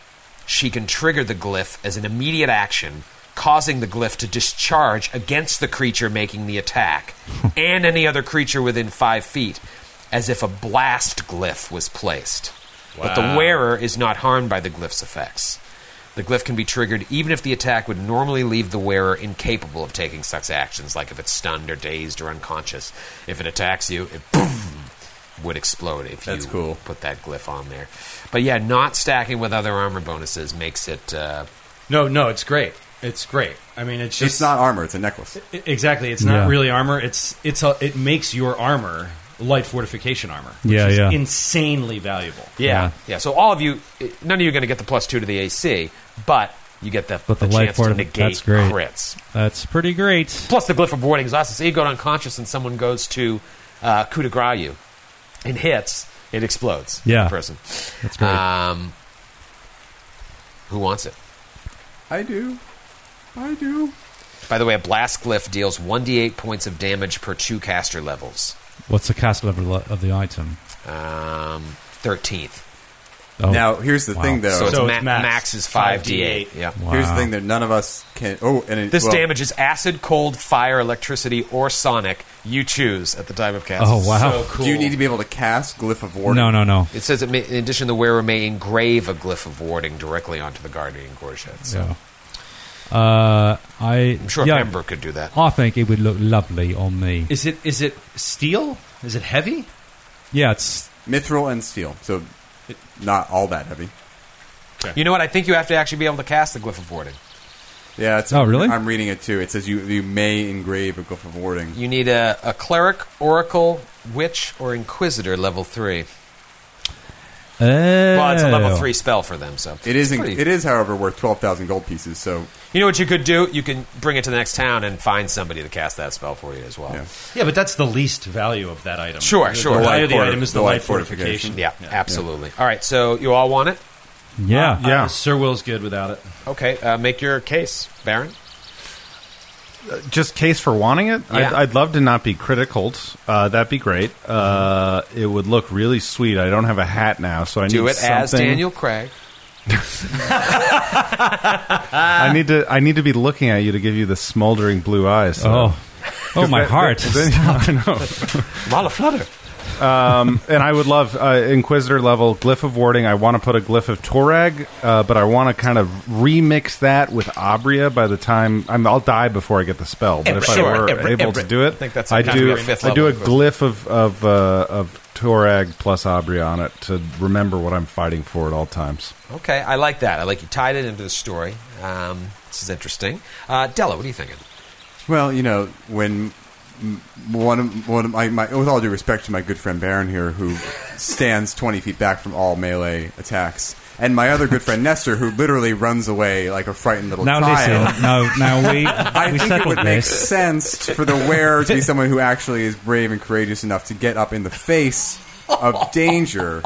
she can trigger the glyph as an immediate action, causing the glyph to discharge against the creature making the attack and any other creature within five feet, as if a blast glyph was placed. But the wearer is not harmed by the glyph's effects. The glyph can be triggered even if the attack would normally leave the wearer incapable of taking such actions, like if it's stunned or dazed or unconscious. If it attacks you, it boom, would explode if That's you cool. put that glyph on there. But yeah, not stacking with other armor bonuses makes it. Uh, No, no, it's great. It's great. I mean, it's just it's not armor. It's a necklace. I- Exactly. It's not Yeah. really armor. It's it's a, it makes your armor light fortification armor. Yeah, is yeah. Insanely valuable. Yeah. yeah. So all of you, eh, none of you are going to get the plus two to the AC, but you get the, But the life chance to fortifi- negate that's great. crits. That's pretty great. Plus, the glyph of warning is awesome. So you go unconscious, and someone goes to uh, coup de grace you and hits, it explodes. Yeah. the person. That's great. Um, who wants it? I do. I do. By the way, a blast glyph deals 1d8 points of damage per two caster levels. What's the cost of the, of the item? Um, 13th. Oh, Now here's the Wow. thing, though. So, it's, So ma- it's max. max is 5d8. 5d8. Yeah. wow. Here's the thing that none of us can. Oh, and it, This well, damage is acid, cold, fire, electricity, or sonic. You choose at the time of casting. Oh wow! So cool. Do you need to be able to cast Glyph of Warning? no, no, no. It says, it may, in addition, the wearer may engrave a glyph of warding directly onto the guardian gorget. So So, uh, I I'm sure yeah, Ember could do that. I think it would look lovely on me. Is it is it steel? Is it heavy? yeah, it's Mithril and steel. So not all that heavy. You know what? I think you have to actually be able to cast the glyph of warding. Yeah. It's, Oh, really? I'm reading it too. It says you you may engrave a Glyph of Warning. You need a, a cleric, oracle, witch, or inquisitor level three. Well, it's a level Oh. three spell for them, so It is. It's en- pretty- it is, however, worth twelve thousand gold pieces. So You know what you could do? You can bring it to the next town and find somebody to cast that spell for you as well. Yeah. Yeah, but that's the least value of that item. Sure, The- sure. The The value light of the forti- item is the, the light light fortification. fortification. Yeah, absolutely. All right, so you all want it? Yeah, Uh, Yeah. Sir Will's good without it. Okay, uh, make your case, Baron. Just case for wanting it. I'd, Yeah. I'd love to not be critical. Uh, that'd be great. Uh, it would look really sweet. I don't have a hat now, so I Mm-hmm. Do need it as something- Daniel Craig. I need to. I need to be looking at you to give you the smoldering blue eyes. so- oh, oh, my Then- heart. then- I know. Mala Flutter. and I would love uh, Inquisitor level glyph of warding. I want to put a glyph of Torag, uh, but I want to kind of remix that with Abria. By the time I'm, I'll die before I get the spell. But if I Sure, were Ebra- able Ebra. to do it, I think that's I kind of do. your fifth I do a level. glyph of of uh, of Torag plus Abria on it to remember what I'm fighting for at all times. Okay, I like that. I like you tied it into the story. Um, this is interesting. Uh, Della, what are you thinking? Well, you know, when m- one of, one of my, my, with all due respect to my good friend Baron here, who stands 20 feet back from all melee attacks, and my other good friend Nestor, who literally runs away like a frightened little now child. listen. No, now we I we think it settled would make this. sense for the wearer to be someone who actually is brave and courageous enough to get up in the face of danger,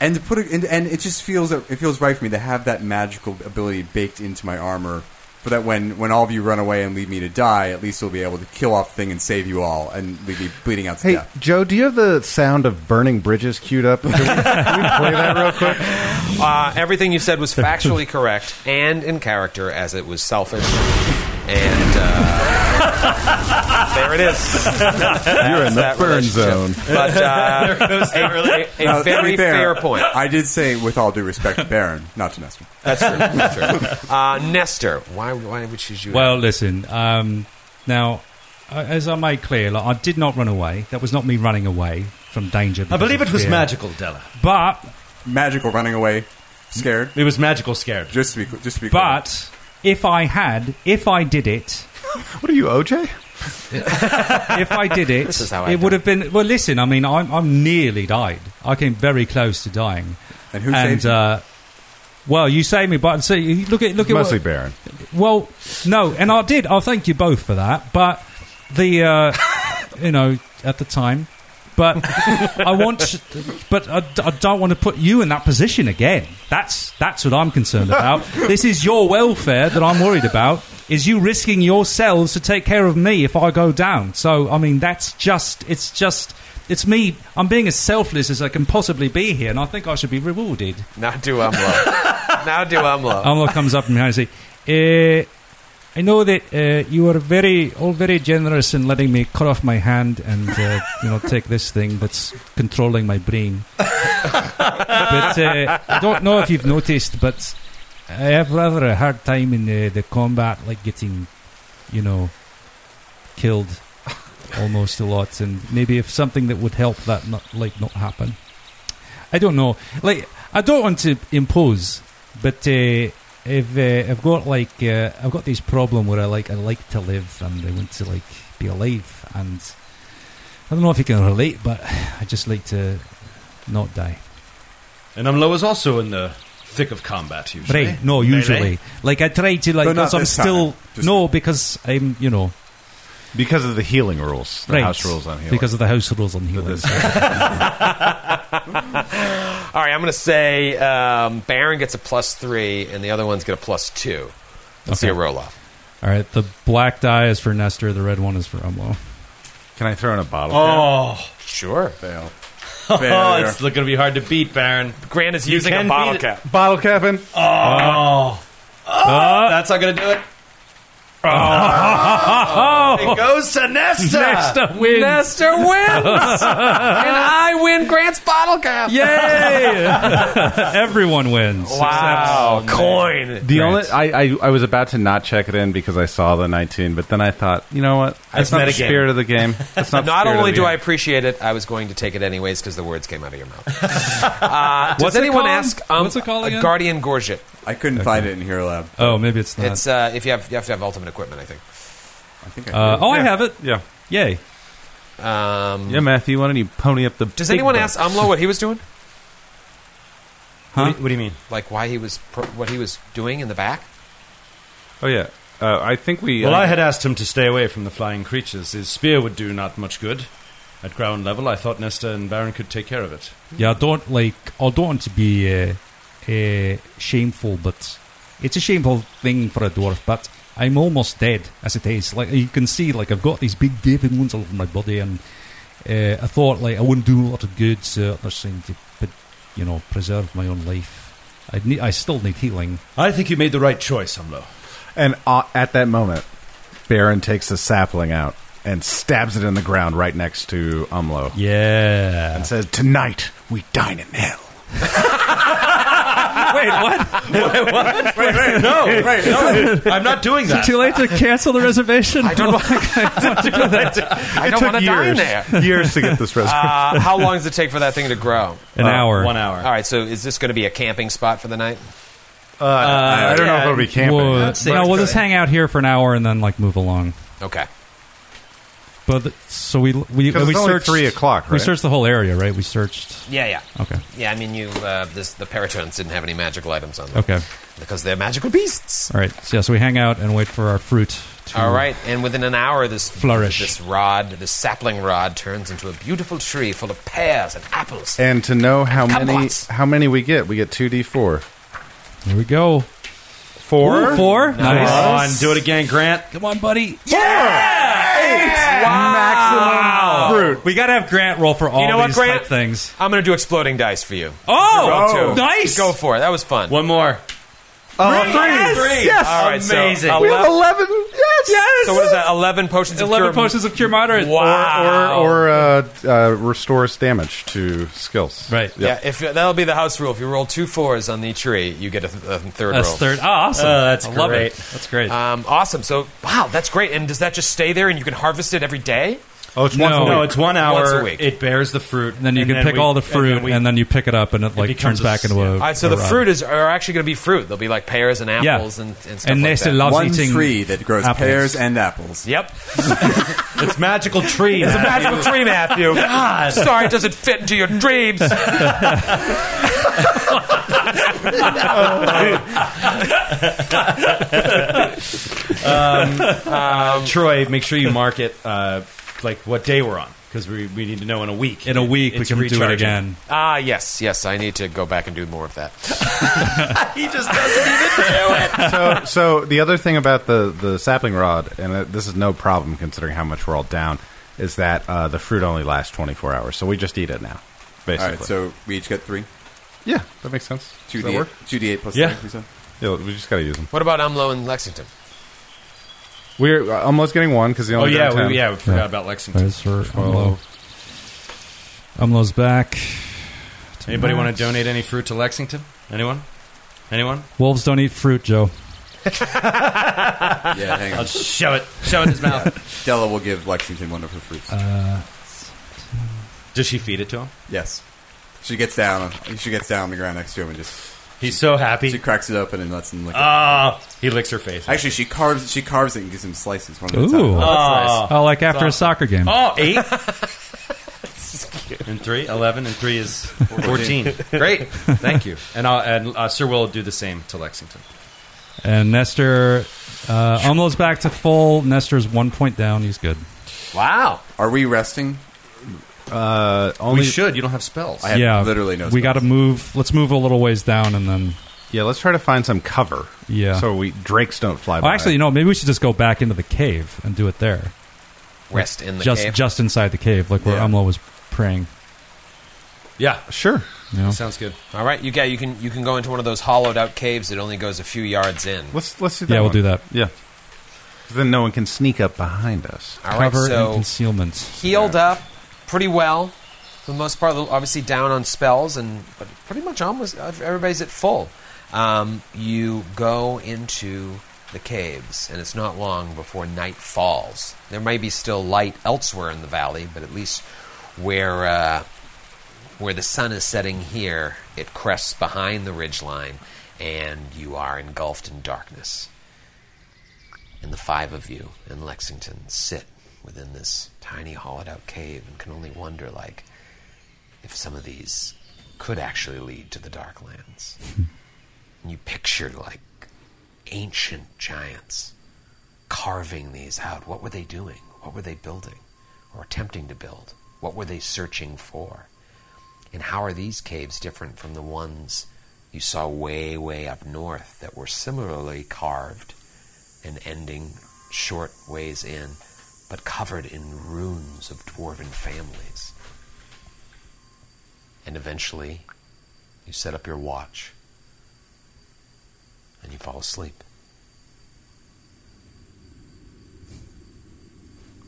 and to put it, and, and it just feels it feels right for me to have that magical ability baked into my armor, for that when when all of you run away and leave me to die, at least we'll be able to kill off the thing and save you all and leave me bleeding out to Hey, death. Joe, do you have the sound of burning bridges queued up? Can we, can we play that real quick? Uh, everything you said was factually correct and in character, as it was selfish. And uh, there it is. You're in the burn zone. But uh, a, uh, a- a Now, to very be fair point. I did say, with all due respect, to Baron, not to Nestor. That's true. That's true. Uh, Nestor, why, why would she you? Well, listen. Um, now, uh, as I made clear, like, I did not run away. That was not me running away from danger. I believe it was magic. magical, Della. But Magical running away Scared. It was magical scared. Just to be, just to be. clear. But if I had, if I did it, What are you, OJ? if I did it, This is how I it would die. have been. Well, listen, I mean, I'm, I'm nearly died. I came very close to dying. And who and saved you? uh, well, you saved me, but see, look at look at Mostly what, Baron. Well, no, and I did. I'll thank you both for that. But the, uh, you know, at the time, but I want, to, but I, d- I don't want to put you in that position again. That's that's what I'm concerned about. this is your welfare that I'm worried about. Is you risking yourselves to take care of me if I go down? So I mean, that's just it's just. It's me. I'm being as selfless as I can possibly be here, and I think I should be rewarded. Now do umlo. now do umlo. Amla comes up and I say, eh, I know that uh, you are very, all very generous in letting me cut off my hand and uh, you know take this thing that's controlling my brain. but uh, I don't know if you've noticed, but I have rather a hard time in eh, the, the combat, like getting, you know, killed almost a lot, and maybe if something that would help that not like not happen. I don't know. Like I don't want to impose, but uh, if uh, I've got like uh, I've got this problem where I like I like to live and I want to like be alive, and I don't know if you can relate, but I just like to not die. And Umlo is also in the thick of combat usually. Right? No, usually. Like I try to like But not because I'm this time. still Just- no because I'm you know Because of the healing rules, the right, house rules on healing. because of the house rules on healing. this- All right, I'm going to say um, Baron gets a plus three, and the other ones get a plus two. Let's see a Okay. roll off. All right, the black die is for Nestor, the red one is for Umlo. Can I throw in a bottle? Oh, Sure. fail. oh Failure. it's going to be hard to beat, Baron. Grant is using can a bottle beat it. cap. Bottle capping. Uh, That's not going to do it. Oh. It goes to Nesta. Nestor wins. Nestor wins, and I win Grant's bottle cap. Yay! Everyone wins. Wow, coin. The Right. only uh, I, I I was about to not check it in because I saw the 19, but then I thought, you know what? That's That's not the metagame. spirit of the game. That's not. the Not spirit of only the do I game. appreciate it, I was going to take it anyways because the words came out of your mouth. Uh, does What's it anyone called? ask? Um, What's it called again? Guardian Gorget. I couldn't find it in Hero Lab. Oh, maybe it's not. It's uh, if you have you have to have ultimate equipment, I think. I think I uh, did. oh, I have it. yeah Yay. Um, yeah Matthew, why don't you pony up the? Does big anyone bucks? ask Umlo what he was doing? Huh? What, do you, what do you mean? Like why he was pro- what he was doing in the back? Oh yeah, uh, I think we. Well, uh, I had asked him to stay away from the flying creatures. His spear would do not much good. At ground level, I thought Nesta and Baron could take care of it. Yeah, I don't like. I don't want to be uh, uh, shameful, but it's a shameful thing for a dwarf. But I'm almost dead as it is. Like you can see, like I've got these big gaping wounds all over my body, and uh, I thought like I wouldn't do a lot of good. So I'm just trying to, but you know, preserve my own life. I need. I still need healing. I think you made the right choice, Umlo. and uh, at that moment, Baron takes the sapling out and stabs it in the ground right next to Umlo Yeah. and says, "Tonight we dine in hell." Wait, what? No, no, I'm not doing that. Too late to cancel the reservation. I don't I don't want to die in there. years to get this recipe. Uh, how long does it take for that thing to grow? An hour. One hour. All right, so is this going to be a camping spot for the night? I don't know if it'll be camping. Well, That's no, it. we'll just hang out here for an hour and then like move along. Okay. But th- so we we, we Because it's only searched 3 o'clock, We right? searched the whole area, right? We searched. Yeah, yeah. Okay. Yeah, I mean, you uh, this, the Paratones didn't have any magical items on them. Okay. Because they're magical beasts. All right. So, yeah, so we hang out and wait for our fruit. To, All right, and within an hour, this Flourish. this rod, this sapling rod, turns into a beautiful tree full of pears and apples. and to know how Come many on. how many we get, we get two d four. Here we go. Four. Ooh, four. Come Nice. on, do it again, Grant. Come on, buddy. Oh. Wow. Fruit. We gotta have Grant roll for all You know what, these Grant? type things. I'm going to do exploding dice for you. Oh, Go to. nice. Go for it. That was fun. One more. Oh, Three. three. Yes. All right, so Amazing. ele- we have eleven. Yes. Yes. So what is that? Eleven potions. Eleven of cure- potions of cure moderate. Wow. Or uh, uh, restores damage to skills. Right. Yeah. Yeah, if that'll be the house rule. If you roll two fours on the tree, you get a, th- a third That's roll. third. Oh, awesome. Oh, that's I love great. Uh, it. That's great. Um, awesome. So wow, that's great. And does that just stay there, and you can harvest it every day? Oh, it's No. once a week. No, it's one hour. Once a week. It bears the fruit, And then you can pick we- all the fruit, and then, we- you pick it up, and it like turns becomes a- back into a. All right, so the a rod. fruit is are actually going to be fruit. They'll be like pears and yeah, apples and, and stuff and like Nestle that. loves One eating tree that grows apples. pears and apples. Yep, it's magical tree. it's a magical tree, Matthew. God. Sorry, it doesn't fit into your dreams. Troy, make sure you mark it, uh, like what day we're on, because we, we need to know in a week. in a week. we It's can do it recharging. again. Ah, yes, yes. I need to go back and do more of that. He just doesn't even do it. so, so the other thing about the the sapling rod, and uh, this is no problem considering how much we're all down, is that uh, the fruit only lasts 24 hours. So we just eat it now, All basically. right, so we each get three. yeah, that makes sense. Two Does that D eight, work? two D eight plus Yeah. three. you said? Yeah, we just got to use them. What about Umlo and Lexington? We're uh, almost getting one because the Oh only yeah, we, yeah, we forgot Yeah. about Lexington. There's her Umlo. Umlo's back. Anybody want to donate any fruit to Lexington? Anyone? Anyone? Wolves don't eat fruit, Joe. Yeah, hang on. Shove it. Shove it in his mouth. Della will give Lexington one of her fruits. Uh, Does she feed it to him? yes, she gets down. She gets down on the ground next to him and just He's so she happy. cracks it open and lets him lick it. Uh, Ah, he licks her face. Actually, she carves she carves it and gives him slices. One at a Ooh. time. Oh. Oh, like after a soccer game. Oh, eight. and three, 11, and three is 14. Great. Thank you. And, I'll, and uh, Sir Will will do the same to Lexington. And Nestor, uh, Umlo's back to full. Nestor's one point down. He's good. Wow. Are we resting? Uh, only we should. You don't have spells. I have yeah, literally no. We got to move. Let's move a little ways down, and then. yeah. Let's try to find some cover. Yeah. So Oh, we drakes don't fly. Oh, by. actually, you know, maybe we should just go back into the cave and do it there. Rest in the just cave. just inside the cave, like where Yeah. Umlo was praying. yeah. sure. You know? Sounds good. All right, you get you can you can go into one of those hollowed out caves that only goes a few yards in. Let's let's do that. Yeah, we'll one. do that. Yeah. 'Cause Then no one can sneak up behind us. All right, Cover and so concealment. healed up pretty well for the most part. Obviously down on spells and but pretty much almost everybody's at full. Um, you go into the caves, and it's not long before night falls. There may be still light elsewhere in the valley, but at least where uh, where the sun is setting here, it crests behind the ridgeline, and you are engulfed in darkness. And the five of you in Lexington sit within this tiny hollowed out cave and can only wonder, like, if some of these could actually lead to the Darklands. and you picture, like, ancient giants carving these out. What were they doing? What were they building or attempting to build? What were they searching for? And how are these caves different from the ones you saw way, way up north that were similarly carved and ending short ways in, but covered in ruins of dwarven families? And eventually, you set up your watch and you fall asleep.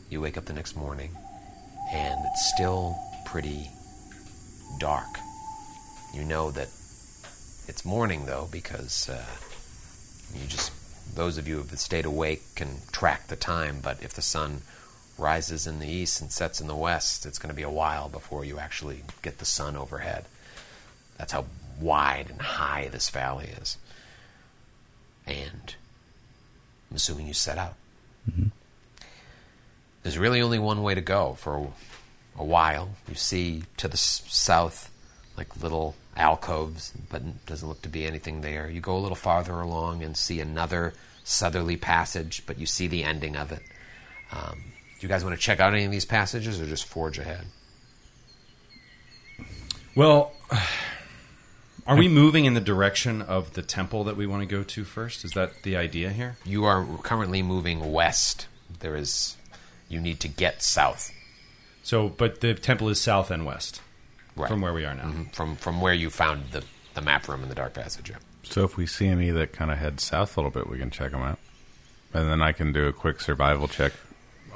You wake up the next morning, and it's still pretty dark. You know that it's morning though, because uh, you just those of you who have stayed awake can track the time. But if the sun rises in the east and sets in the west, it's going to be a while before you actually get the sun overhead. That's how wide and high this valley is. And I'm assuming you set out. Mm-hmm. There's really only one way to go for a, a while. You see to the s- south, like little alcoves, but n- doesn't look to be anything there. You go a little farther along and see another southerly passage, but you see the ending of it. Um, do you guys want to check out any of these passages or just forge ahead? Well, are we moving in the direction of the temple that we want to go to first? Is that the idea here? You are currently moving west. There is, you need to get south. So, but the temple is south and west Right. Mm-hmm. from where we are now. from from where you found the, the map room in the dark passage. yeah. So if we see any that kind of head south a little bit, we can check them out, and then I can do a quick survival check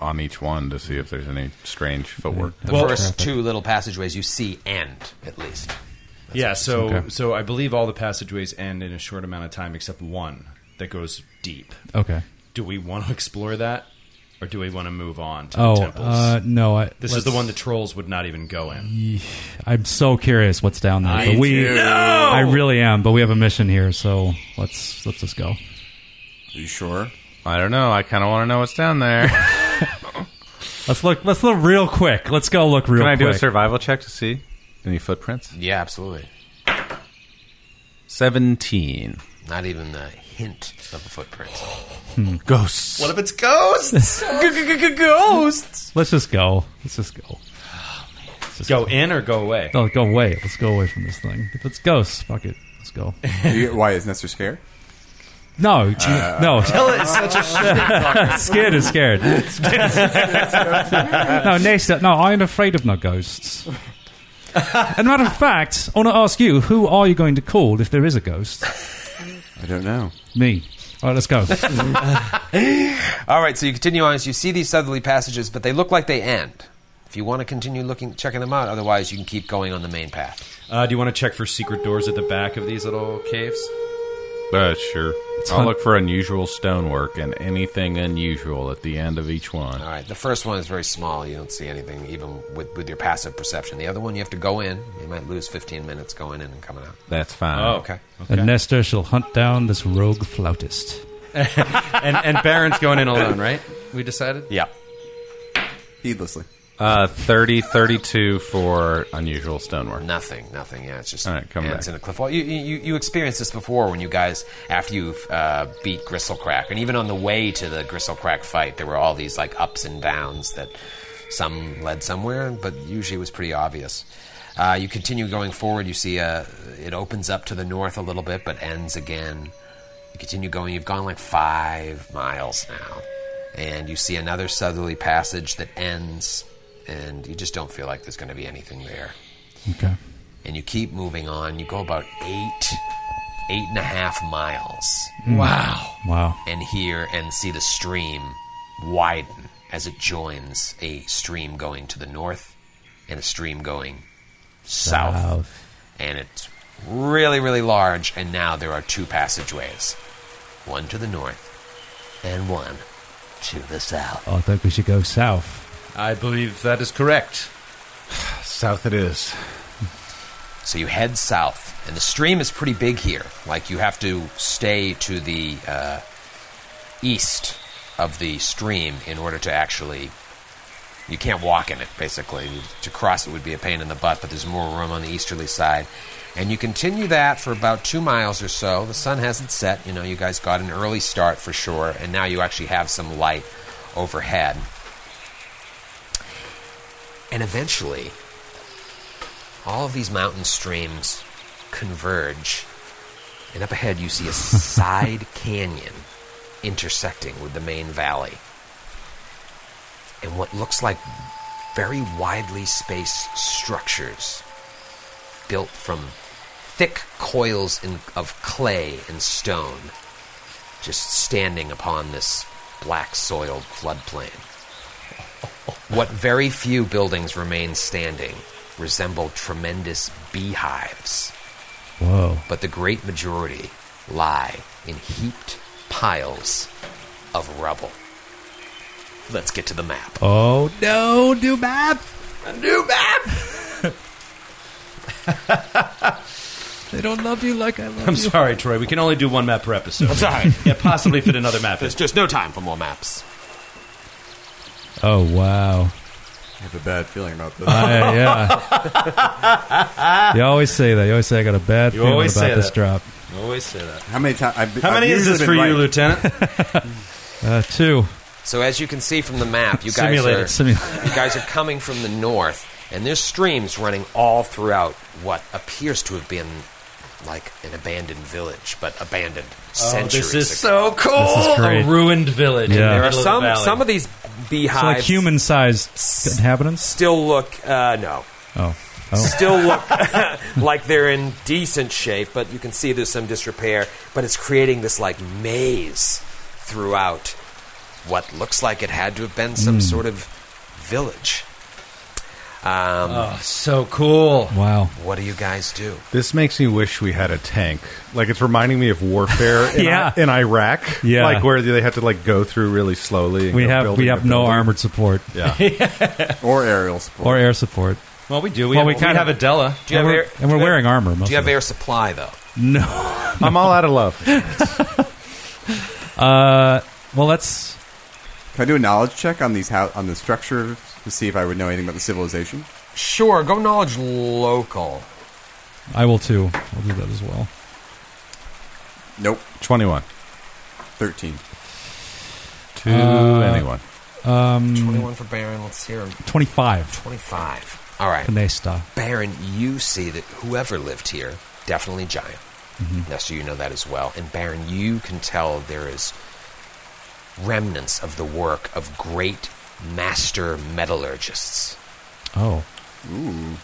on each one to see if there's any strange footwork. The first two little passageways you see end at least. yeah. So, Okay. so I believe all the passageways end in a short amount of time, except one that goes deep. Okay. Do we want to explore that? or do we want to move on to Oh, the temples? uh, no. I, this is the one the trolls would not even go in. I'm so curious what's down there. I but we, do. I really am. But we have a mission here, so let's let's just go. Are you sure? I don't know. I kind of want to know what's down there. Can Let's look. Let's look real quick. Let's go look real. I do a quick. survival check to see any footprints? Yeah, absolutely. Seventeen Not even the hint of a footprint. ghosts. What if it's ghosts? ghosts. Let's just go. Let's just go. Go in or go away? No, go away. Let's go away from this thing. If it's ghosts, fuck it. Let's go. Are you- Why is Nestor scared? No, Uh, no. scared is scared. no, next up. No, I'm afraid of no ghosts. And matter of fact, I want to ask you: Who are you going to call if there is a ghost? I don't know. Me. All right, let's go. All right, so you continue on. So you see these southerly passages, but they look like they end. If you want to continue looking, checking them out, otherwise you can keep going on the main path. Uh, do you want to check for secret doors at the back of these little caves? Uh, sure. I'll fun. look for unusual stonework and anything unusual at the end of each one. Oh. All right, the first one is very small. You don't see anything, even with, with your passive perception. The other one, you have to go in. You might lose 15 minutes going in and coming out. That's fine. Oh, Okay. And Nestor shall hunt down this rogue flautist. and and Baron's going in alone, right? We decided. Yeah. Heedlessly. Uh, 30, 32 for unusual stonework. Nothing, nothing. Yeah, it's just All right, come ends back. in a cliff wall. You, you, you experienced this before when you guys, after you've uh, beat Gristlecrack, and even on the way to the Gristlecrack fight, there were all these like ups and downs that some led somewhere, but usually it was pretty obvious. Uh, you continue going forward. You see uh, it opens up to the north a little bit, but ends again. You continue going. You've gone like five miles now, and you see another southerly passage that ends, and you just don't feel like there's going to be anything there Okay. and you keep moving on. You go about eight, eight and a half miles, Wow. and hear and see the stream widen as it joins a stream going to the north and a stream going south. And it's really, really large, and now there are two passageways one to the north and one to the south. Oh, I think we should go south. I believe that is correct. South it is. So you head south, and the stream is pretty big here. Like you have to stay to the uh, east of the stream in order to actually. You can't walk in it, basically. To cross it would be a pain in the butt, but there's more room on the easterly side. And you continue that for about two miles or so. The sun hasn't set. You know, you guys got an early start for sure, and now you actually have some light overhead. And eventually, all of these mountain streams converge, and up ahead you see a side canyon intersecting with the main valley. And what looks like very widely spaced structures built from thick coils in, of clay and stone just standing upon this black soiled floodplain. What very few buildings remain standing resemble tremendous beehives, Whoa. but the great majority lie in heaped piles of rubble. Let's get to the map. Oh no, new map. A new map! They don't love you like I love I'm sorry, Troy. We can only do one map per episode. I'm sorry. yeah, possibly fit another map. in. There's just no time for more maps. Oh wow. I have a bad feeling about this. Uh, I, yeah. you always say that. You always say I got a bad You feeling about always say this that. drop. Always say that. How many times? I've, been- How I've many is usually been this for right. you, Lieutenant? Uh, two. So as you can see from the map, you guys Simulated. are Simulated. you guys are coming from the north, and there's streams running all throughout what appears to have been like an abandoned village, but abandoned centuries ago. so cool. This is great. A ruined village. Yeah. In There are There the middle of the some valley. some of these So like beehives human-sized inhabitants. still look uh, no Oh. Oh. still look like they're in decent shape, but you can see there's some disrepair. But it's creating this like maze throughout what looks like it had to have been some sort of village. Um, So cool. Wow. What do you guys do? This makes me wish we had a tank. Like it's reminding me of warfare in, Yeah. in Iraq. Yeah. like where they had to like go through really slowly. And We go have building we to have no building. armored support Yeah, or aerial support. or air support. Well, we do. We Well, have, we we kinda- have Adela. Do you and, have we're, air, and we're do you wearing have- armor. Most Do you have of air supply though? it. No. I'm all out of love. Uh, well, let's. Can I do a knowledge check on these how on the structure to see if I would know anything about the civilization? Sure, go knowledge local. I will too. I'll do that as well. Nope, Twenty one thirteen. to anyone. Twenty-one for Baron. Let's hear him. Twenty-five. Twenty-five. All right, Canesta. Baron. You see that whoever lived here definitely giant. Mm-hmm. Nestor, you know that as well. And Baron, you can tell there is remnants of the work of great master metallurgists. Oh,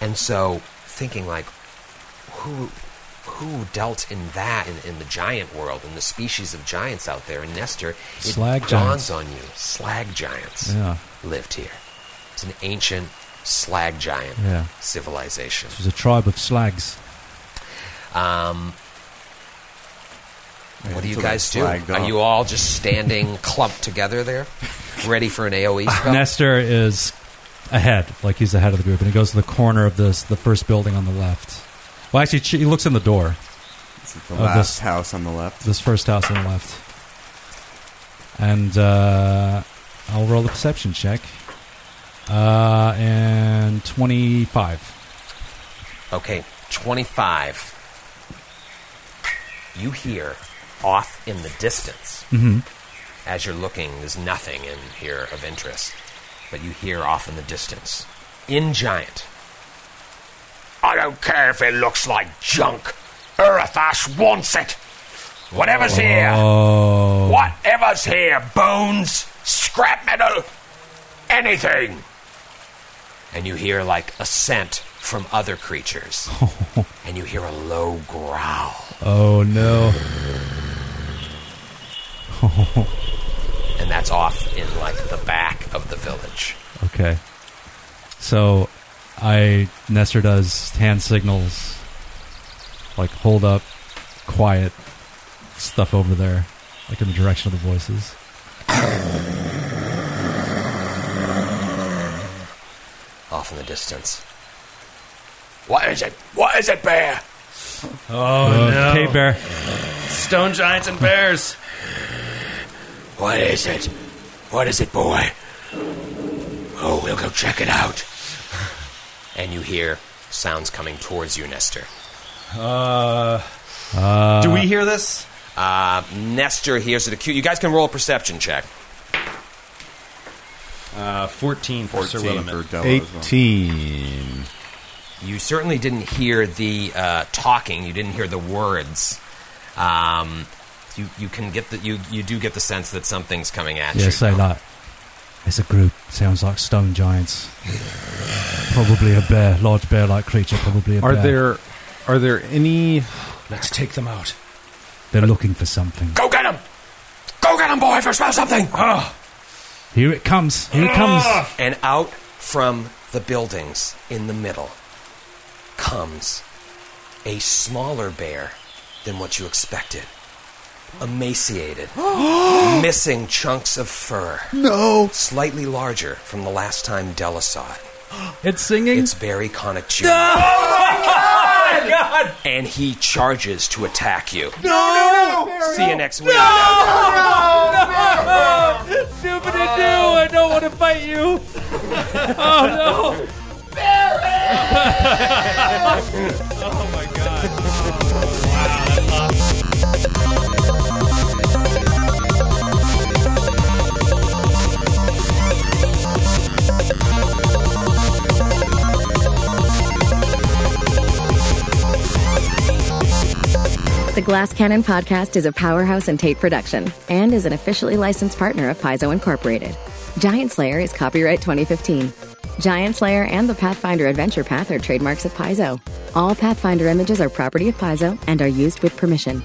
And so thinking like who who dealt in that in, in the giant world in the species of giants out there in Nestor, it Slag dawns giants. on you. Slag giants Yeah. lived here. It's an ancient slag giant Yeah. civilization. it was a tribe of slags. Um what do you until they guys do? slagged Are off. you all just standing clumped together there, ready for an AOE spell? Nestor is ahead, like he's ahead of the group, and he goes to the corner of this the first building on the left. Well, actually, she- he looks in the door. This is the Oh, last this- house on the left. This first house on the left, and uh, I'll roll a perception check. Uh, and twenty-five. Okay, 25. You hear off in the distance, as you're looking, there's nothing in here of interest, but you hear off in the distance, in giant. I don't care if it looks like junk. Urathash wants it. Whatever's here, Oh, whatever's here, bones, scrap metal, anything. And you hear like a scent from other creatures and you hear a low growl. oh no! And that's off in like the back of the village. Okay, so I Nestor does hand signals, like hold up, quiet, stuff over there, like in the direction of the voices. Off in the distance. What is it? What is it, bear? Oh, Okay, bear. Stone giants and bears. What is it? What is it, boy? Oh, we'll go check it out. And you hear sounds coming towards you, Nestor. Uh, do we hear this? Uh, Nestor hears it acute. You guys can roll a perception check. Uh, 14 for Sir 14 for Willamette. Della as well. Eighteen. you certainly didn't hear the uh, talking. You didn't hear the words. Um, you you can get the you you do get the sense that something's coming at Yeah, you. say that. It's a group. Sounds like stone giants. Probably a bear, large bear-like creature. Probably a Are bear. there are there any Let's take them out. They're looking for something. Ah. Go get him! Go get him, boy! If you smell something. Ah. Here it comes. Here it comes. And out from the buildings in the middle comes a smaller bear than what you expected. Emaciated, missing chunks of fur. No. Slightly larger from the last time Della saw it. It's singing. It's Barry Connick Jr. And he charges to attack you. No! See you next week. stupid to do. I don't want to fight you. The Glass Cannon podcast is a powerhouse and tape production and is an officially licensed partner of Paizo Incorporated. Giant Slayer is copyright 2015. Giant Slayer and the Pathfinder Adventure Path are trademarks of Paizo. All Pathfinder images are property of Paizo and are used with permission.